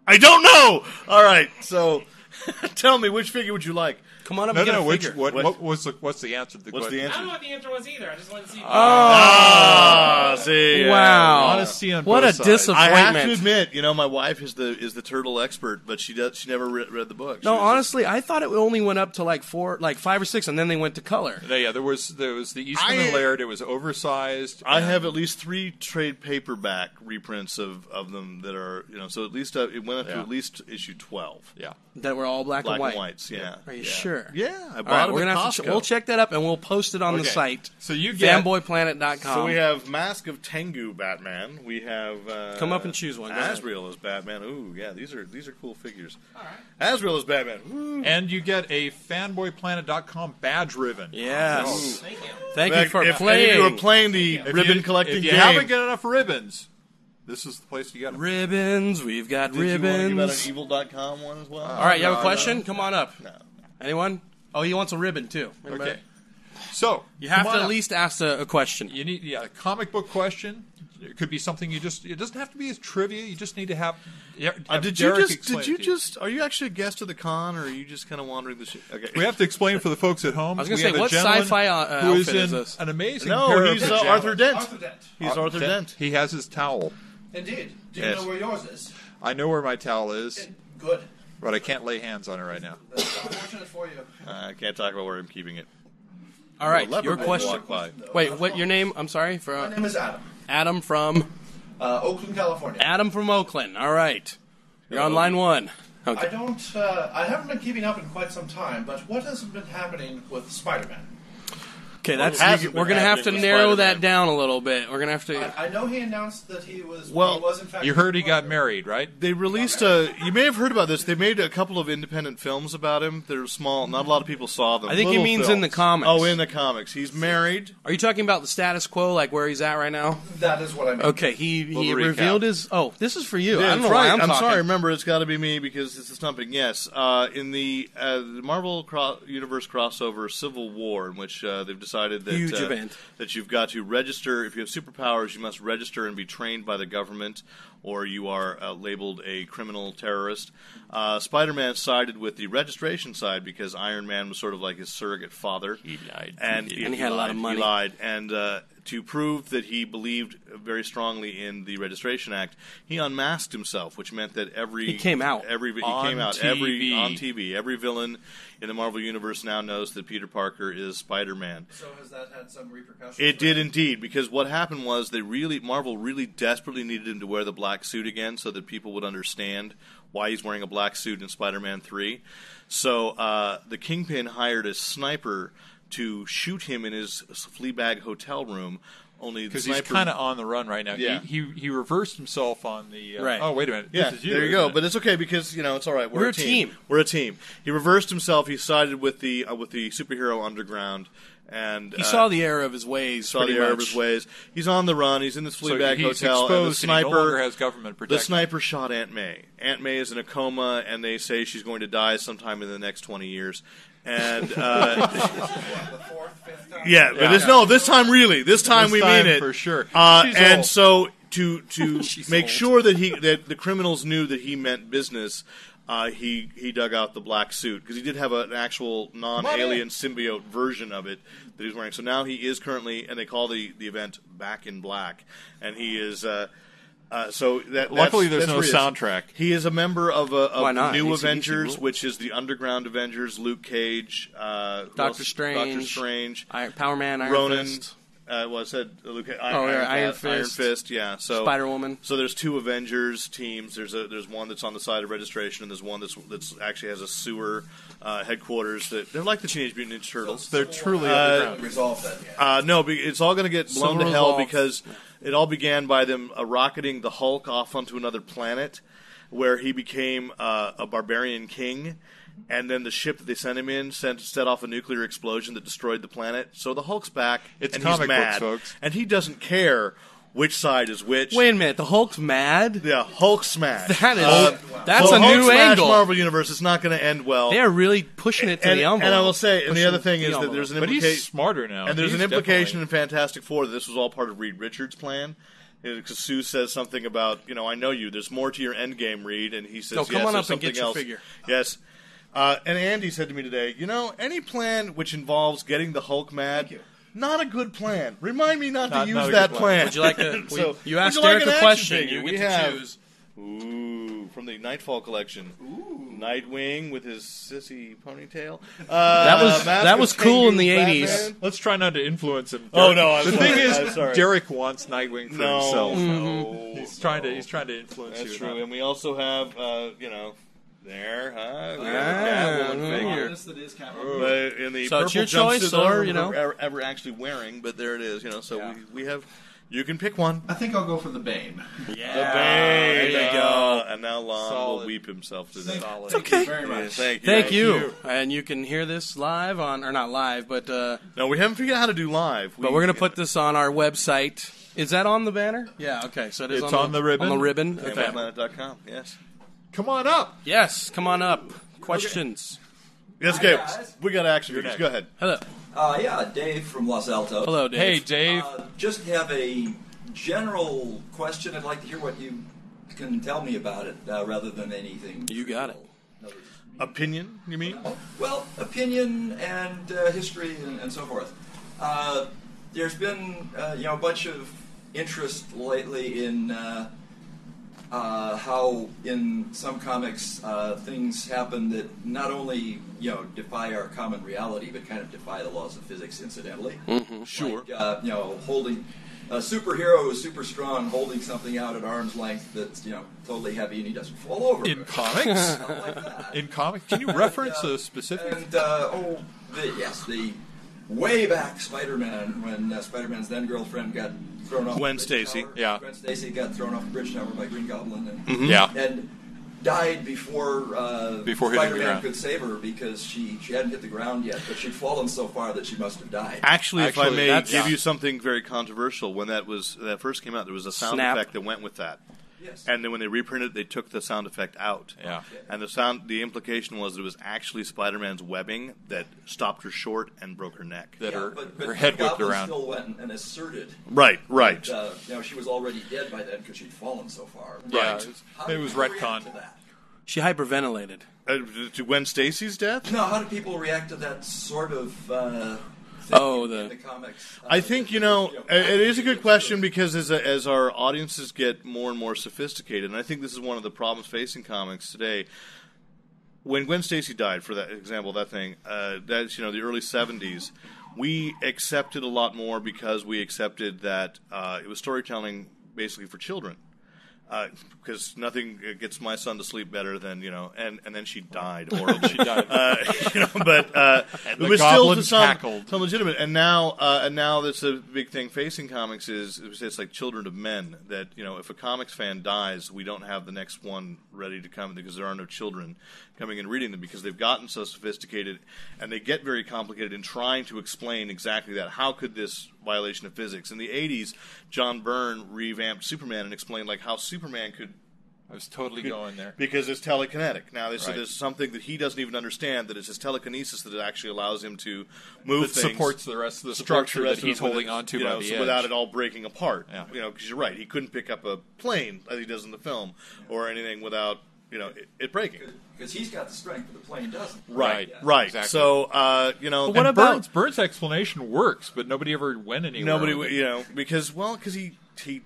I don't know. All right, so (laughs) Tell me which figure would you like? Come on up No, and get no. a Which, figure. what, What? what, was the, what's the answer to the What's the question? I don't know answer? what the answer was either. I just wanted to see. If Ah, see, Wow. Honesty on what both a sides. I disappointment. have to admit, you know, my wife is the is the turtle expert, but she does she never re- read the book. She no, was just- honestly, I thought it only went up to like four, like five or six, and then they went to color. No, yeah, there was there was the Eastman I- and Laird. It was oversized. I and- have at least three trade paperback reprints of, of them that are you know so at least uh, it went up to Yeah. at least issue twelve. Yeah. That were all black, Black and white. and whites, yeah. Are you yeah. sure? Yeah, I bought All right, them we're at gonna have to Costco. ch- we'll check that up and we'll post it on the Okay. site. So you get fanboyplanet.com. So we have Mask of Tengu Batman. We have uh, Come up and choose one. Go ahead. Asriel is Batman. Ooh, yeah, these are these are cool figures. All right. Asriel is Batman. Ooh. and you get a fanboyplanet.com badge ribbon. yes. Thank you. Thank you Oh. Back- for if playing. any of you are playing the If ribbon you, collecting If you game, haven't got enough ribbons, this is the place to get them. ribbons. We've got did you want to ribbons. give out an evil.com one as well? all right, you have No, a no, question? Come on up. No. Anyone? Oh, he wants a ribbon too. Wait a Okay. minute. So You have come to on at up. least ask a, a question. You need yeah, a comic book question. It could be something you just. It doesn't have to be as trivia. You just need to have. yeah, Uh, have did Derek you just? explain Did it you to just? Are you actually a guest of the con, or are you just kind of wandering the? Sh- okay. We have to explain for the folks at home. I was gonna we say, have a what gentleman sci-fi, uh, who is outfit is in this? An amazing. pair No, of he's uh, pajamas. Arthur Dent. Arthur Dent. He's Arthur Dent. He has his towel. Indeed. Do you Yes. know where yours is? I know where my towel is, Good. but I can't lay hands on it right now. That's unfortunate for (laughs) you. Uh, I can't talk about where I'm keeping it. All right, A leopard your may question. walk by. Wait, what? Your name? I'm sorry. For My uh, name is Adam. Adam from Uh, Oakland, California. Adam from Oakland. All right, you're on line one. I Okay. don't. Uh, I haven't been keeping up in quite some time. But what has been happening with Spider-Man? Okay, that's hasn't we're been gonna have to happening with narrow Spider-Man. that down a little bit. We're gonna have to. I, I know he announced that he was. he Well, was in fact. You heard he got married, right? They released a. You may have heard about this. They made a couple of independent films about him. They're small. Not a lot of people saw them. I think he Little means films. in the comics. Oh, in the comics. He's married. Are you talking about the status quo, like where he's at right now? That is what I mean. Okay, he he recap. revealed his. Oh, this is for you. I Yeah, don't know that's why right. I'm, talking. sorry. Remember, it's got to be me because it's a stumping. Yes, uh, in the, uh, the Marvel cro- Universe crossover Civil War, in which uh, they've decided that Huge uh, event. that you've got to register if you have superpowers, you must register and be trained by the government, or you are uh, labeled a criminal terrorist. Uh, Spider-Man sided with the registration side because Iron Man was sort of like his surrogate father. He lied. and And he had a lot of lied. money. He lied lied, and uh, to prove that he believed very strongly in the Registration Act, he unmasked himself, which meant that every He came out. every he On came out every TV. on TV. Every villain in the Marvel universe now knows that Peter Parker is Spider Man. So has that had some repercussions? It did indeed, because what happened was they really Marvel really desperately needed him to wear the black suit again, so that people would understand why he's wearing a black suit in Spider-Man Three. So uh, the Kingpin hired a sniper to shoot him in his Fleabag hotel room. Only the Because he's sniper kind of on the run right now. Yeah. He, he he reversed himself on the. Uh, Right. Oh wait a minute. Yeah, this is you, there you isn't go. it? But it's okay because you know it's all right. We're, We're a a team. team. We're a team. He reversed himself. He sided with the uh, with the superhero underground, and He uh, saw the error of his ways. saw the pretty error of much. his ways. He's on the run. He's in this so Fleabag he's hotel. exposed and the and he no sniper longer has government the protection. sniper shot Aunt May. Aunt May is in a coma, and they say she's going to die sometime in the next twenty years. And (laughs) uh, The fourth, fifth time. yeah, but this, no, this time really, this time This we time mean it for sure. Uh, She's and old. so to to (laughs) She's make old. sure that he that the criminals knew that he meant business. Uh, he he dug out the black suit because he did have a, an actual non-alien symbiote version of it that he's wearing. So now he is currently, and they call the, the event "Back in Black," and he is. Uh, uh, so that Luckily, that's- there's that's no where he is. soundtrack. He is a member of, a, Why of the not? New DC Avengers, rules. which is the Underground Avengers, Luke Cage, uh, who else? Doctor Strange. Doctor Strange, Iron, Power Man, Iron Ronan. Fist. Uh, well, I said uh, Luke. Iron, Oh, yeah, Iron, Iron Fist. Iron Fist. Fist. Yeah. So Spider-Woman. So there's two Avengers teams. There's a there's one that's on the side of registration, and there's one that's that's actually has a sewer uh, headquarters. That they're like the Teenage Mutant Ninja Turtles. They're truly We underground. Resolved that yet? Uh, no, be- it's all going to get blown to Solar hell Resolve. because it all began by them uh, rocketing the Hulk off onto another planet, where he became uh, a barbarian king, and then the ship that they sent him in sent set off a nuclear explosion that destroyed the planet. So the Hulk's back, It's and he's comic books, mad, folks. and he doesn't care which side is which. Wait a minute. The Hulk's mad. yeah, Hulk smash. That is Uh, that's well, a Hulk new smash angle. Marvel universe. It's not going to end well. They are really pushing it to and, the envelope. and I will say, and the Pushing other thing the is that envelope. there's an But he's implication. smarter now. And there's He's an implication definitely- in Fantastic Four that this was all part of Reed Richards' plan. Because Sue says something about, you know, I know you. There's more to your Endgame, Reed, and he says, No, come yes, on there's up and get something your else. figure. Yes. Uh, and Andy said to me today, you know, any plan which involves getting the Hulk mad, you. not a good plan. Remind me not, Not- to use not a good that plan. plan. Would you like (laughs) to? So, we- you would asked you like Eric an a action question. figure? You We get to have- choose. Ooh, from the Nightfall collection. Ooh. Nightwing with his sissy ponytail. Uh, That was- Mask that of was cool in the Tengu, 80s. Batman. (laughs) Let's try not to influence him. Oh, no, I'm the sorry. thing is, I'm sorry. Derek wants Nightwing for No, himself. Mm-hmm. no, He's trying to he's trying to influence That's you. true. And we also have, uh, you know, there, huh? We Yeah. have a Catwoman Yeah. figure. This that is Catwoman. But in Ah, mm-hmm. the So purple it's your jumpsuit choice, I don't or, you remember know. ever, ever actually wearing, but there it is. You know, so we, we have. You can pick one. I think I'll go for the Bane. the Bane. there you Uh, and now Lon Solid. will weep himself to death. Solid. Okay. Very Yeah, much. thank you. Thank you. And you can hear this live on, or not live, but uh, No, we haven't figured out how to do live. but we're gonna put this on our website. Is that on the banner? Yeah. Okay. So it is It's on, on the ribbon. On the ribbon. Okay. Fanplanet.com, yes. Come on up. Yes. Come on up. Questions. Yes, Hi, Gabe. guys. We got action figures. next. Go ahead. Hello. Uh, yeah, Dave from Los Altos. Hello, Dave. Hey, Dave. Uh, just have a general question. I'd like to hear what you can tell me about it uh, rather than anything. You got it. Opinion, you mean? Well, opinion and uh, history and, and so forth. Uh, there's been uh, you know a bunch of interest lately in uh, uh, how in some comics uh, things happen that not only you know defy our common reality but kind of defy the laws of physics Hmm. incidentally Sure. like, uh, you know, holding a superhero who's super strong, holding something out at arm's length that's you know totally heavy and he doesn't fall over. In comics, Stuff like that. in comics, can you reference Yeah. a specific? And uh, oh, the, yes, the way back Spider-Man when uh, Spider-Man's then girlfriend got thrown off. Gwen the bridge Stacy, tower. yeah. Mm-hmm. Gwen Stacy got thrown off the bridge tower by Green Goblin and, Yeah. and died before uh, Before hitting the Spider-Man ground. could save her because she she hadn't hit the ground yet, but she'd fallen so far that she must have died. Actually, if I Actually, may that's- give yeah. you something very controversial, when that was that first came out, there was a sound Snap. effect that went with that, Yes. and then when they reprinted, it, they took the sound effect out. Yeah. And the sound, the implication was that it was actually Spider-Man's webbing that stopped her short and broke her neck. That Yeah, her, but- but her head whipped Goblin around. Still went and, and asserted. Right, right. That, uh, you know, she was already dead by then because she'd fallen so far. Yeah, it was- How it did was people react retconned. to that? She hyperventilated. Uh, to Gwen Stacy's death, No, how do people react to that sort of? Uh, thing Oh, in- the- in the comics. Uh, I think you know it it is a good question because as as our audiences get more and more sophisticated, and I think this is one of the problems facing comics today. When Gwen Stacy died, for that example, that thing, uh, that's you know the early '70s. We accepted a lot more because we accepted that uh, it was storytelling basically for children. Because nothing gets my son to sleep better than you know, and, and then she died (laughs) horribly. she died. uh, (laughs) you know, but uh, the it was still to goblins some, cackled. some legitimate. And now, uh, and now that's a big thing facing comics is it's it's like children of men that you know if a comics fan dies, we don't have the next one ready to come because there are no children coming and reading them because they've gotten so sophisticated and they get very complicated in trying to explain exactly that. How could this violation of physics in the '80s? John Byrne revamped Superman and explained like how Superman could I was totally going there. because it's telekinetic. Now they Right. said there's something that he doesn't even understand that it's his telekinesis that actually allows him to move That things, supports the rest of the support structure the rest that of he's it with holding it, on to you by know, the so edge. without it all breaking apart. Yeah. You know, because you're right, he couldn't pick up a plane as he does in the film or anything without you know it, it breaking. because he's got the strength, but the plane doesn't. Right. Yeah. Right. Exactly. So uh, you know, And What about- Burns? Burns' explanation works, but nobody ever went anywhere. nobody, with it. you know, because well, because he he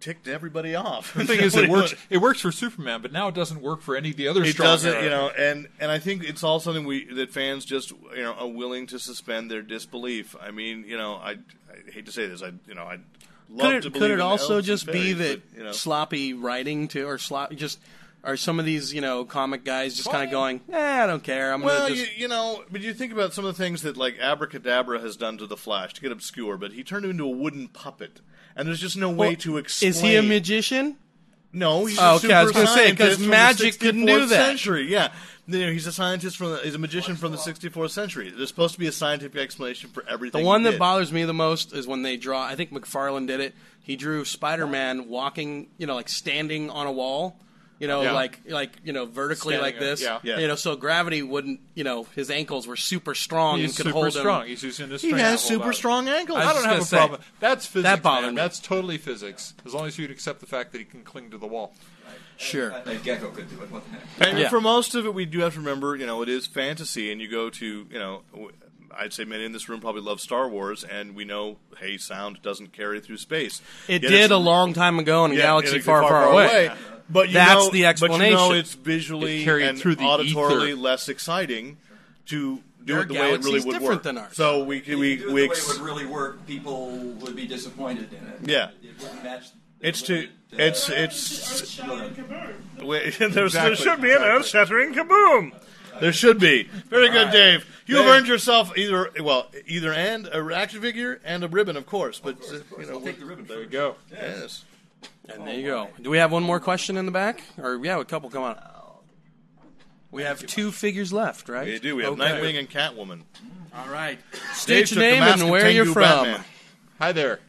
ticked everybody off. The thing (laughs) is, it works. It works for Superman, but now it doesn't work for any of the other. it strong doesn't heroes. you know and and i think it's all something we that fans just you know are willing to suspend their disbelief i mean you know i, I hate to say this i you know i love Could to it, believe could it in elves also and just be fairies, that but, you know sloppy writing too, or slop just are some of these you know comic guys just kind of going, eh, I don't care. I'm well, gonna just you, you know, but you think about some of the things that like Abracadabra has done to the Flash to get obscure, but he turned him into a wooden puppet, and there's just no way to explain. is he a magician? No, he's Oh, a okay, super I was gonna say, 'cause scientist from the magic didn't do 64th that. Century, yeah. You know, he's a scientist from the, he's a magician from the 64th century. There's supposed to be a scientific explanation for everything. The he one that did. bothers me the most is when they draw. I think McFarlane did it. He drew Spider-Man walking, you know, like standing on a wall. You know, Yeah. like like you know, vertically Standing like up, this. yeah. Yeah. You know, so gravity wouldn't. You know, his ankles were super strong He's and could super hold strong. him. He's using his He strength has to hold super out. strong ankles. I don't just have gonna a say, problem. That's physics. bothered man. me. That's totally physics. As long as you'd accept the fact that he can cling to the wall. Sure. A gecko could do it. What the heck? And Yeah. for most of it, we do have to remember, you know, it is fantasy, and you go to, you know, w- I'd say many in this room probably love Star Wars, and we know, hey, sound doesn't carry through space. It Yet did it's- a long time ago in a yeah, galaxy in a- far, far, away. But you That's know- the But you know, explanation. it's visually It carried and through the auditorily ether. less exciting to do Their it the way it really galaxy's would different work. than ours. So we If we you do it we the way ex- it would really work, people would be disappointed in it. Yeah. It wouldn't match. the it's to limited, uh, it's it's we- there's, (laughs) there Exactly, should be an earth shattering kaboom. There should be. Very good, Dave. You have Dave. earned yourself either well either and a action figure and a ribbon, of course. But uh, you know, Take the ribbon. There we go. yes. And there you go. Do we have one more question in the back? Or yeah, a couple. Come on. We have two figures left, right? We do. We have Okay. Nightwing and Catwoman. All right. State Dave your took the name mask and where you're Tengu from. Batman. Hi there.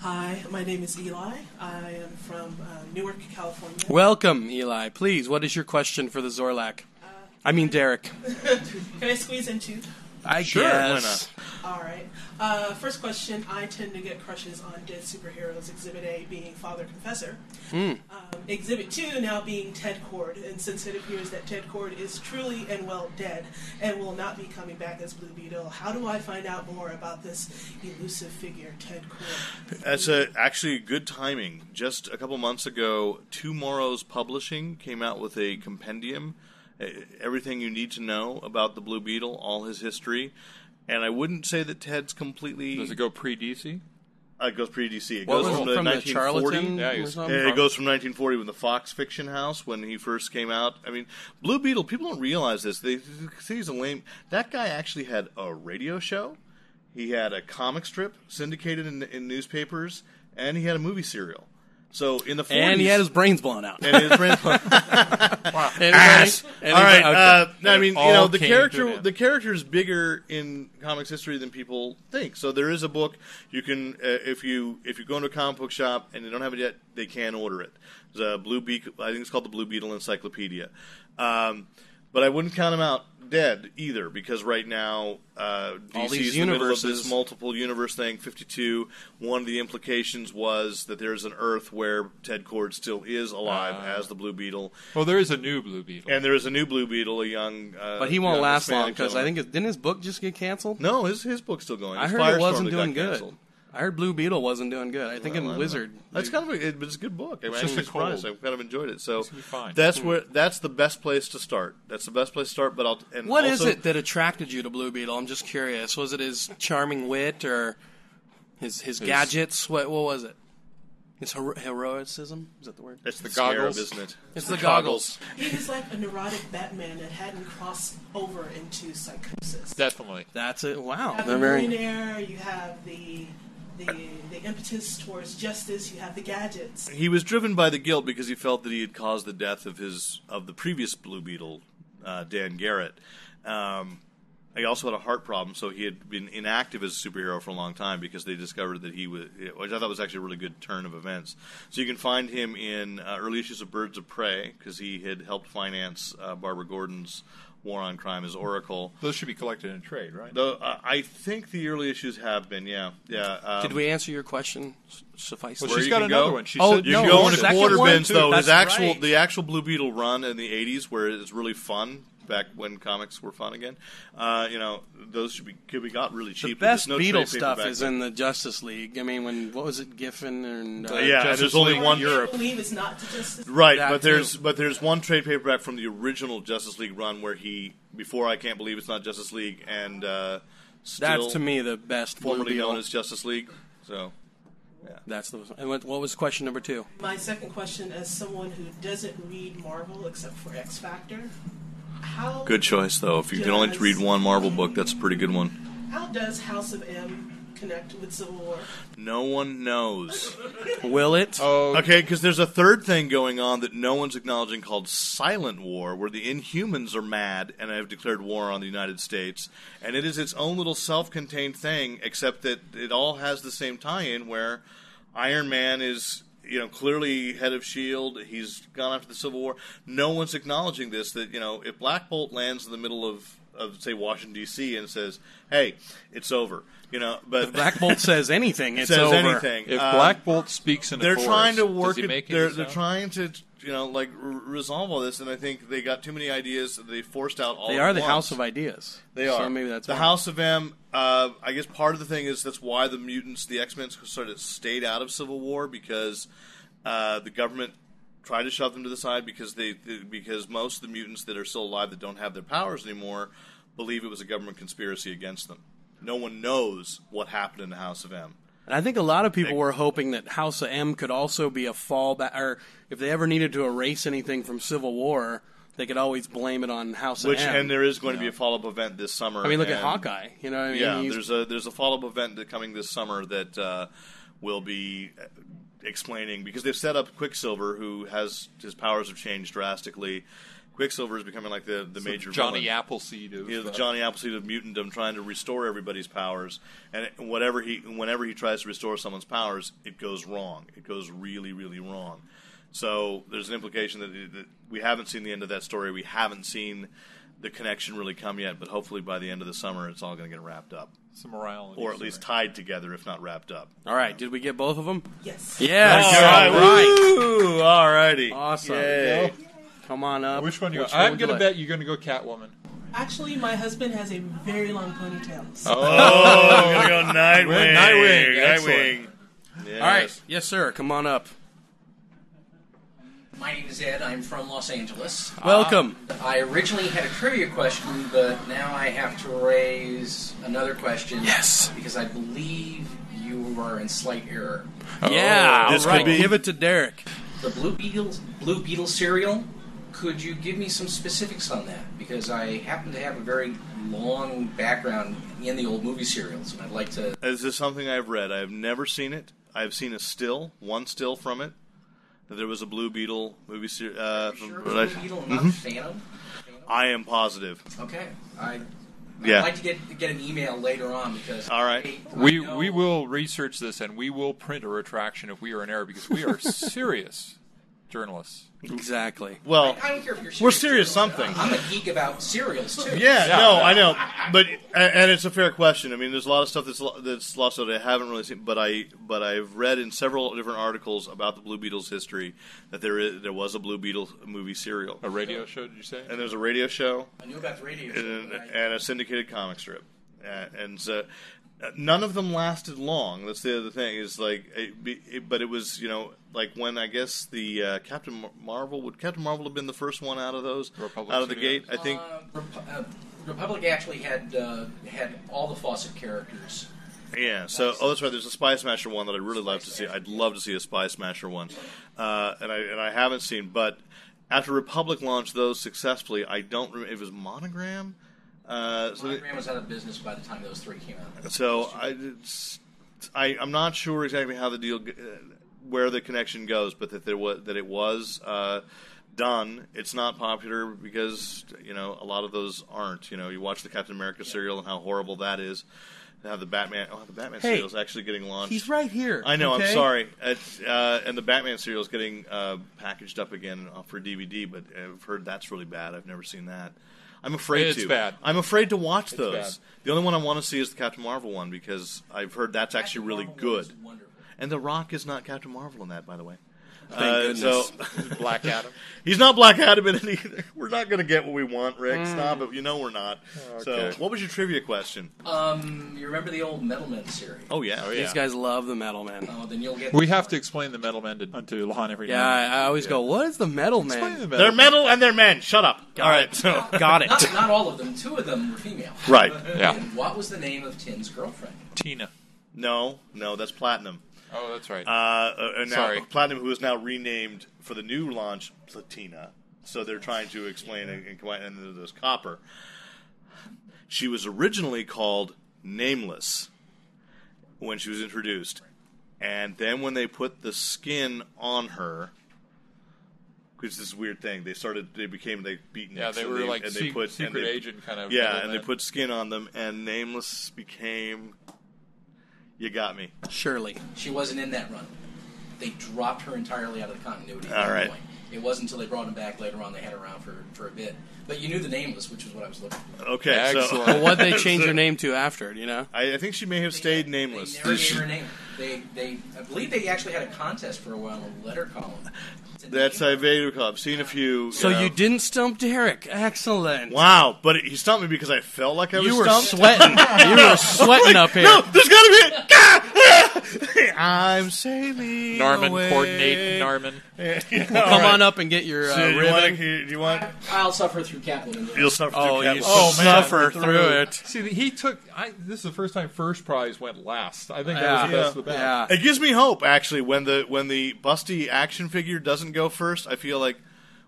Hi, my name is Eli. I am from uh, Newark, California. Welcome, Eli. Please, what is your question for the Zorlak? I mean, Derek. Uh, (laughs) Can I squeeze in two? I Sure, why guess. All right. Uh, first question I tend to get crushes on dead superheroes, Exhibit A being Father Confessor. Um, exhibit 2 now being Ted Cord, and since it appears that Ted Cord is truly and well dead and will not be coming back as Blue Beetle, how do I find out more about this elusive figure, Ted Cord? That's a, actually good timing. Just a couple months ago, Tomorrow's Publishing came out with a compendium, uh, everything you need to know about the Blue Beetle, all his history. And I wouldn't say that Ted's completely. Does it go pre DC? uh, it goes pre DC. It What goes was from, it, the from the 1940. charlatan Yeah, he or was- Uh, something? It goes from 1940 when the Fox Fiction House when he first came out. I mean, Blue Beetle. People don't realize this. They see he's a lame. That guy actually had a radio show. He had a comic strip syndicated in, in newspapers, and he had a movie serial. So in the 40s, And he had his brains blown out. and (laughs) his friends- Anybody? ass. Anybody? All right. Okay. Uh, I mean, all you know, the came to an character end. the character is bigger in comics history than people think. So there is a book you can uh, if you if you go into a comic book shop and they don't have it yet, they can order it. The Blue Beetle, I think it's called the Blue Beetle Encyclopedia. Um, but I wouldn't count him out dead either because right now uh, DC's All these in the middle of universes. this multiple universe thing 52 one of the implications was that there's an earth where ted cord still is alive Ah. as the blue beetle Well, there is a new Blue Beetle. and there is a new Blue Beetle, a young. Uh, but he won't young last long Hispanic because I gentleman. think it, didn't his book just get canceled? no, his his book's still going. I His heard Firestorm it wasn't that doing got good. canceled. I heard Blue Beetle wasn't doing good. I think Well, I in don't Wizard. know. That's kind of a, it, but it's a good book. I'm It's actually just a cold. surprised. I've kind of enjoyed it. So gonna be fine. Hmm. that's where that's the best place to start. That's the best place to start. But I'll and What is also- it that attracted you to Blue Beetle? I'm just curious. Was it his charming wit or his his, gadgets? What what was it? His hero- heroicism is that the word? It's the, scarab, goggles. isn't it? It's the goggles. He was like a neurotic Batman that hadn't crossed over into psychosis. Definitely. That's it. Wow. You have They're the very- millionaire. You have the, the the impetus towards justice. You have the gadgets. He was driven by the guilt because he felt that he had caused the death of his of the previous Blue Beetle, uh, Dan Garrett. Um, he also had a heart problem, so he had been inactive as a superhero for a long time because they discovered that he was, which I thought was actually a really good turn of events. So you can find him in uh, early issues of Birds of Prey because he had helped finance uh, Barbara Gordon's War on Crime as Oracle. Those should be collected in trade, right? Though uh, I think the early issues have been, yeah, yeah. Um, Did we answer your question? S- Suffice. Well, it. where she's you got can another go? one. She Oh, said You No, can go the into second quarter one, bins too. though. His That's actual right. the actual Blue Beetle run in the '80s, where it's really fun. Back when comics were fun again, uh, you know those should be could be got really The cheap. There's best no Beetle trade stuff paperback is then. in the Justice League. I mean, when what was it, Giffen and uh, yeah, and Justice there's only League one I can't believe it's not to justice. Right, That but there's too. but there's one trade paperback from the original Justice League run where he before I can't believe it's not Justice League and uh, still That's to me the best. Blue formerly Beetle. known as Justice League. So That's the. And what, what was question number two? My second question, as someone who doesn't read Marvel except for X Factor, how good choice though. If you can only Yes. read one Marvel book, that's a pretty good one. how does House of M connect with Civil War? No one knows. Will it? Oh, Okay, because there's a third thing going on that no one's acknowledging called Silent War, where the Inhumans are mad and have declared war on the United States, and it is its own little self-contained thing, except that it all has the same tie-in where Iron Man is you know, clearly head of Shield. E He's gone after the Civil War. No one's acknowledging this. That you know, if Black Bolt lands in the middle of of say Washington D.C. and says, "Hey, it's over," you know, but If Black Bolt says anything, it's says over. anything. If Um, Black Bolt speaks in a they're chorus, trying to does work. he it- make any they're they're sound? trying to you know like r- resolve all this, and I think they got too many ideas. that They forced out all. They at are the once. House of Ideas. They are. So maybe that's the why. House of M. Uh, I guess part of the thing is that's why the mutants, the X Men, sort of stayed out of Civil War because uh, the government tried to shove them to the side because they, they because most of the mutants that are still alive that don't have their powers anymore believe it was a government conspiracy against them. No one knows what happened in the House of M. And I think a lot of people were hoping that House of M could also be a fallback, or if they ever needed to erase anything from Civil War, they could always blame it on House Which of M. and there is going to be a follow up event this summer. I mean, look at and- Hawkeye. You know, what I mean, Yeah, He's- there's a there's a follow up event that coming this summer that uh, will be uh, explaining because they've set up Quicksilver, who has his powers have changed drastically. Quicksilver is becoming like the the major Johnny villain. Appleseed of You know, the uh, Johnny Appleseed of mutantdom, trying to restore everybody's powers, and it- whatever he, whenever he tries to restore someone's powers, it goes wrong. It goes really, really wrong. So there's an implication that, that we haven't seen the end of that story. We haven't seen the connection really come yet, but hopefully by the end of the summer, it's all going to get wrapped up, some morality, or at least tied together, if not wrapped up. all right. Did we get both of them? Yes. Yes. all All right. Woo! All righty. Awesome. Yay. Come on up. Which one do you? Which would I'm you going to like? bet you're going to go Catwoman. Actually, my husband has a very long ponytail. So Oh, I'm going to go Nightwing. Nightwing, excellent. Nightwing. Yes. All right. Yes, sir. Come on up. My name is Ed. I'm from Los Angeles. Welcome. I originally had a trivia question, but now I have to raise another question. Yes. Because I believe you were in slight error. yeah. This all right. could be- Give it to Derek. The Blue Beetle, Blue Beetle cereal. Could you give me some specifics on that? Because I happen to have a very long background in the old movie serials, and I'd like to. This is something I've read. I have never seen it. I've seen a still, one still from it. There was a Blue Beetle movie series. Uh, from- Sure, it was but I- Mm-hmm. Blue Beetle, not Phantom. I am positive. Okay, I. Yeah. I'd like to get get an email later on because All right. I- I We know- we will research this and we will print a retraction if we are in error because we are serious journalists. Exactly. Well, I don't care if you're serious. we're serious or not. something. I'm a geek about cereals too. Yeah, Yeah. no, I know, but and and it's a fair question. I mean, there's a lot of stuff that's lo- that's lost that I haven't really seen, but I but I've read in several different articles about the Blue Beetle's history that there is there was a Blue Beetle movie serial, A radio show, did you say? and there's a radio show, I knew about the radio. show, and, but I- and a syndicated comic strip, uh, and so uh, none of them lasted long. That's the other thing is like, it, be- it, but it was you know like when I guess the uh, Captain Mar- Marvel would Captain Marvel have been the first one out of those Republic out of the Studios. gate? I think Uh, Rep- uh, Republic actually had uh, had all the Fawcett characters. yeah. So oh that's right. There's a Spy Smasher one that I'd really love to see. I'd love to see a Spy Smasher one, uh, and I and I haven't seen. But after Republic launched those successfully, I don't remember. It was Monogram. Uh, so Monogram was out of business by the time those three came out. So I, it's, I, I'm not sure exactly how the deal, g- uh, where the connection goes, but that there was that it was uh, done. It's not popular because you know a lot of those aren't. You know, you watch the Captain America serial and how horrible that is. And how the Batman? Oh, the Batman Hey, serial is actually getting launched. He's right here. I know. I'm okay? sorry. It's, uh, and the Batman serial is getting uh, packaged up again uh, for DVD, but I've heard that's really bad. I've never seen that. I'm afraid It's to. bad. I'm afraid to watch those. bad. The only one I want to see is the Captain Marvel one because I've heard that's actually really Marvel was good. wonderful. And The Rock is not Captain Marvel in that, by the way. Thank goodness. Black Adam. (laughs) he's not Black Adam in it either. (laughs) We're not going to get what we want, Rick. Stop it. You know we're not. Okay. So, what was your trivia question? Um, you remember the old Metal Men series? Oh yeah, oh, yeah. These guys love the metal man. Oh, then you'll (laughs) get. We have to explain the metal men to, to Lahan every Yeah, now. I, I always go, "What is the metal Explain man?" the metal. They're metal and they're men. Shut up. All right. So (laughs) Got it. Not, not all of them. Two of them were female. right. Yeah, And what was the name of Tin's girlfriend? Tina. No, no, that's platinum. Oh, that's right. Uh, uh, now, Sorry. Platinum, who is now renamed for the new launch Platina. So they're trying to explain and, and, combine- and there's copper. She was originally called Nameless when she was introduced, and then when they put the skin on her. Because this weird thing, they started, they became they beaten. yeah, they were like and se- they put, secret and they- agent kind of. Yeah, metal and they men. put skin on them, and Nameless became. You got me. Surely. She wasn't in that run. they dropped her entirely out of the continuity. All at that right. Point. It wasn't until they brought him back later on they had her around for, for a bit. But you knew the name was, which is what I was looking for. Okay, so Excellent. Well, what'd they change her name to after? Do you know? (laughs) I, I think she may have stayed nameless. They never gave her a name. They, they, I believe they actually had a contest for a while in the letter column. That's Ivadu Cop. Seen a few. So know. you didn't stump Derek. Excellent. Wow, but he stopped me because I felt like I was You were stumped. sweating. (laughs) You were sweating up here. No, there's gotta be. it. (laughs) I'm sailing. Norman, away. coordinate Norman. Come on up and get your uh, So you want? ribbon. Do you want? I'll suffer through Kaplan. You'll suffer Oh, through you Catwoman. Oh, man. suffer through it. See, he took. I, this is the first time first prize went last. I think Yeah. that was the best of the best. Yeah. It gives me hope, actually, when the when the busty action figure doesn't go first. I feel like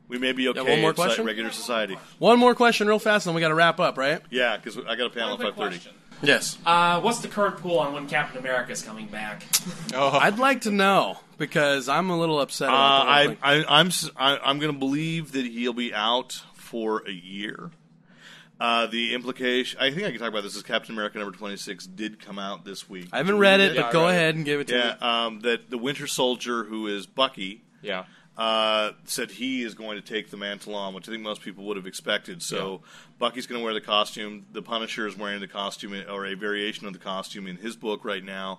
we may be okay. one more in soci- question? regular society. One more question, real fast, and we got to wrap up, right? Yeah, because I got a panel at One quick five thirty. question. Yes. Uh, what's the current pool on when Captain America is coming back? I'd like to know because I'm a little upset. Uh, About the whole I, thing. I I'm s- I, am i am going to believe that he'll be out for a year. Uh, the implication. I think I can talk about this. Is Captain America number twenty six did come out this week? I haven't read it, Yeah, but I go read it. ahead and give it to Yeah, me. um, that the Winter Soldier, who is Bucky, Yeah. uh, said he is going to take the mantle on, which I think most people would have expected. So Bucky's going to wear the costume. The Punisher is wearing the costume or a variation of the costume in his book right now.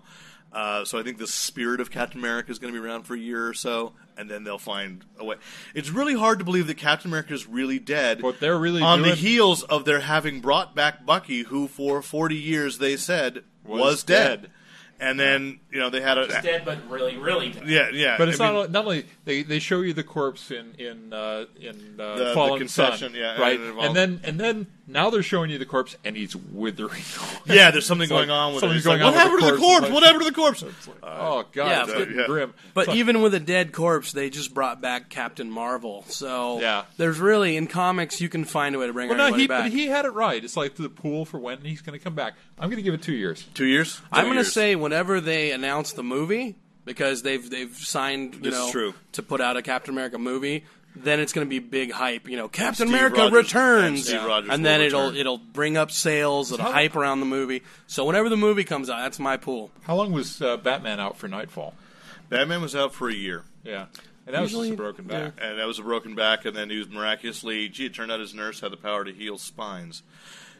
Uh, so I think the spirit of Captain America is going to be around for a year or so, and then they'll find a way. It's really hard to believe that Captain America is really dead. But they're really on the doing- heels of their having brought back Bucky, who for forty years they said was, Was dead. dead. and then you know they had a He's dead, but really, really dead. yeah yeah. But it's I mean- not, not only they, they show you the corpse in in uh, in uh, The- the Fallen concession, Sun, yeah, and it right, and, involves- then and then now they're showing you the corpse and he's withering. (laughs) Yeah, there's something like going on with it. something's It's like, going on what happened with the to the corpse? corpse? What happened to the corpse? oh God, Yeah, it's but- getting grim. But It's like, even with a dead corpse, they just brought back Captain Marvel. So Yeah. there's really in comics you can find a way to bring well, no, everybody he back. but he had it right. It's like the pool for when he's going to come back. I'm going to give it two years. Two years. I'm going to say whenever they announce the movie, because they've they've signed you This is know true. to put out a Captain America movie, then it's going to be big hype. You know, Captain Steve America Rogers- and returns, Steve Rogers and will then it'll return. it'll bring up sales, it'll how- hype around the movie. So whenever the movie comes out, that's my pool. How long was uh, Batman out for Nightfall? Batman was out for a year, Yeah, and that Usually- was just a broken back. and that was a broken back, and then he was miraculously. Gee, it turned out his nurse had the power to heal spines.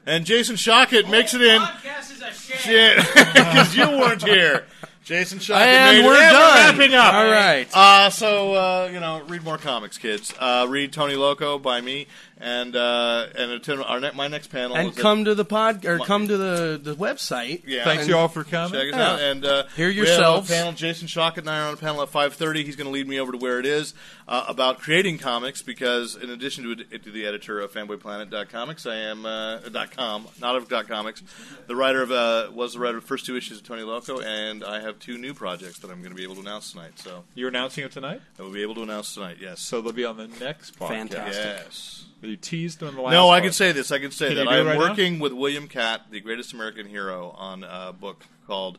And Jason Shockett makes it (laughs) in Podcast is a sham. (laughs) because you weren't here. Jason Shockett, And made it. we're done. wrapping up. All right. Uh, so uh, you know, read more comics, kids. Uh, read Tony Loco by me, and uh, and attend our ne- my next panel. And is at- come to the pod or What? come to the, the website. Yeah. Thanks And- you all for coming. Check us out and uh, Hear we have a yourselves. panel. Jason Shockett and I are on a panel at five thirty. He's going to lead me over to where it is uh, about creating comics because in addition to, it- to the editor of fanboyplanet.comics, I am uh, dot .com, not of dot .comics, the writer of uh, was the writer of the first two issues of Tony Loco, and I have two new projects that I'm going to be able to announce tonight. So You're announcing it tonight, I will be able to announce tonight. Yes. so they'll be on the next podcast. Fantastic. yes. You teased on the last. No, I podcast. can say this. I can say Can you that do it I'm right now? working with William Catt, the greatest American hero, on a book called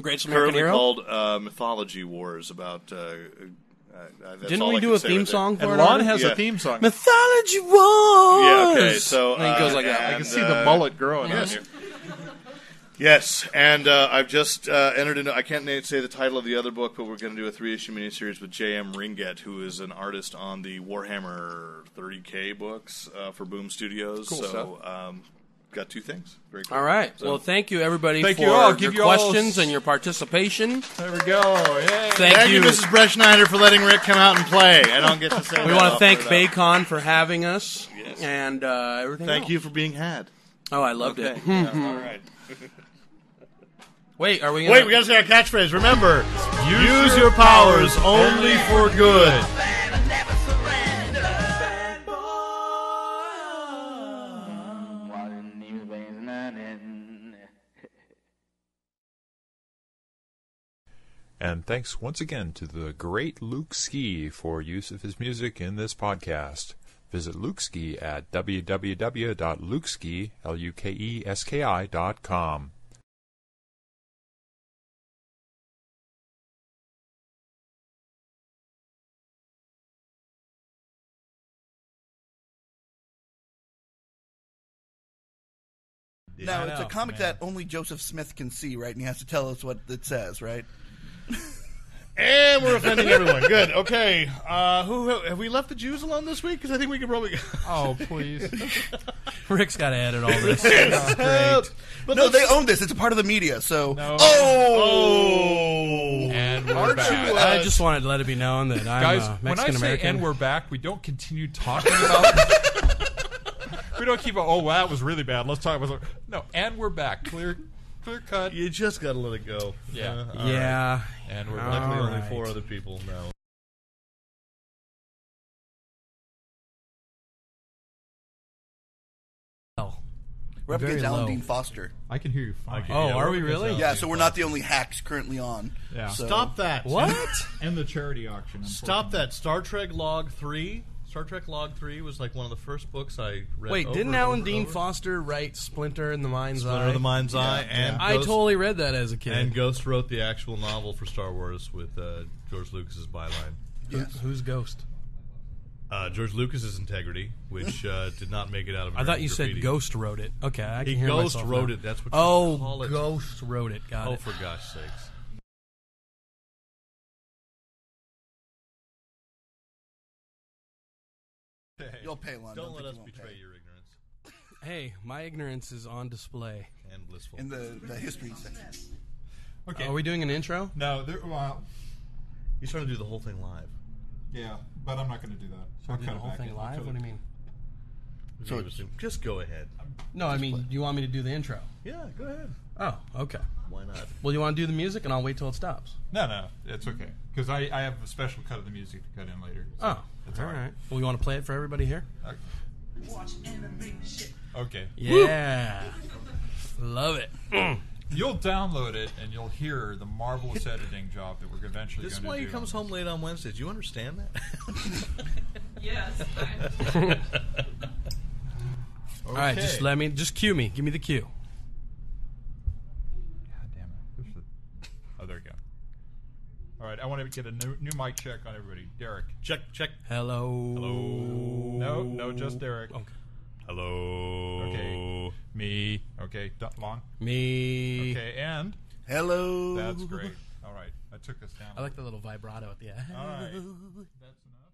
Greatest American currently Hero. called uh, Mythology Wars about. Uh, uh, that's Didn't all I we do can a say theme with it. song for And it? Lon already? has Yeah. a theme song. Mythology Wars. Yeah. Okay. So And he goes uh, like that. I can and, see uh, the mullet growing on Yes. you. Yes, and uh, I've just uh, entered into. I can't na- say the title of the other book, but we're going to do a three-issue miniseries with J.M. Ringget, who is an artist on the Warhammer 30K books uh, for Boom Studios. Cool so, stuff. um, got two things. Very cool. All right. well, thank you everybody Thank for you all. your Give you all questions s- and your participation. There we go. Yay. Thank, Thank you, Mrs. Breschneider, for letting Rick come out and play. I don't get to say. We that want to often thank enough. Bacon for having us Yes. and uh, everything. Thank else. you for being had. Oh, I loved it. Okay. Yeah, all right. (laughs) Wait, are we? Gonna... Wait, we gotta say our catchphrase. Remember, use your powers only for good. And thanks once again to the great Luke Ski for use of his music in this podcast. Visit Luke Ski at www.lukeski, E L-U-K-E-S-K-I dot com. Now, it's a know, comic man. that only Joseph Smith can see, right? And he has to tell us what it says, right? And we're offending everyone. Good. Okay. Uh, who have we left the Jews alone this week? Because I think we could probably. Oh, please. (laughs) Rick's got to edit all (laughs) this. Yes. Great. But no, they that's- own this. It's a part of the media. So oh, And Aren't we're back. you, uh, I just wanted to let it be known that I'm Guys, uh, when I Mexican say and American. we're back, we don't continue talking about. we don't keep. Oh, wow, that was really bad. Let's talk about. No, and we're back. Clear, clear cut. You just gotta let it go. Yeah. Uh, all Yeah. right. And we're back. luckily only All four right. other people now. We're up Very against Alan low. Dean Foster. I can hear you fine. Oh, yeah, are we're we up against really? Alan Yeah, Dean so we're not the only hacks currently on. Yeah. So- Stop that. And the charity auction. Stop that. Star Trek Log Three. Star Trek Log Three was like one of the first books I read. Wait, over didn't and Alan over Dean and over. Foster write Splinter in the Mind's Eye? Splinter of the Mind's Eye and I Ghost- totally read that as a kid. And Ghost wrote the actual novel for Star Wars with uh, George Lucas's byline. Who's, who's Ghost? Uh, George Lucas's integrity, (laughs) which uh, did not make it out of. I thought American you said Graffiti. Ghost wrote it. Okay, I can He hear Ghost myself wrote now. it. That's what. you Oh, call it. Ghost wrote it. Got oh, it. for gosh sakes. You'll pay Lon. Don't think let you us won't betray pay. your ignorance Hey, my ignorance is on display. and blissful. in the, the history section. Okay. Are we doing an intro? No, there, well, He's trying to do the whole thing live. Yeah, but I'm not going to do that. So We're I'll doing cut the it whole back. thing I'll live? cut What do it. you mean? So- just go ahead. No, I mean, you want me to do the intro? Yeah, go ahead. Oh, okay. Why not? Well, you want to do the music, and I'll wait till it stops. No, no, it's okay. Because I, I have a special cut of the music to cut in later. so Oh, that's all right. Well, you want to play it for everybody here? Okay. Yeah. Love it. You'll download it and you'll hear the marvelous editing job that we're eventually This is going to do. why he comes home late on Wednesdays. Do you understand Yes. that? All right, just Okay. let me, just cue me. Give me the cue. God damn it. Where's the- Oh, there we go. All right, I want to get a new, new mic check on everybody. Derek. check, check. Hello. Hello. No, no, just Derek. Okay. Hello. Okay. Me. Okay. D- long. Me. Okay, and (laughs) Hello. that's great. All right, I took this down. I like the little vibrato at the end. All right. That's enough.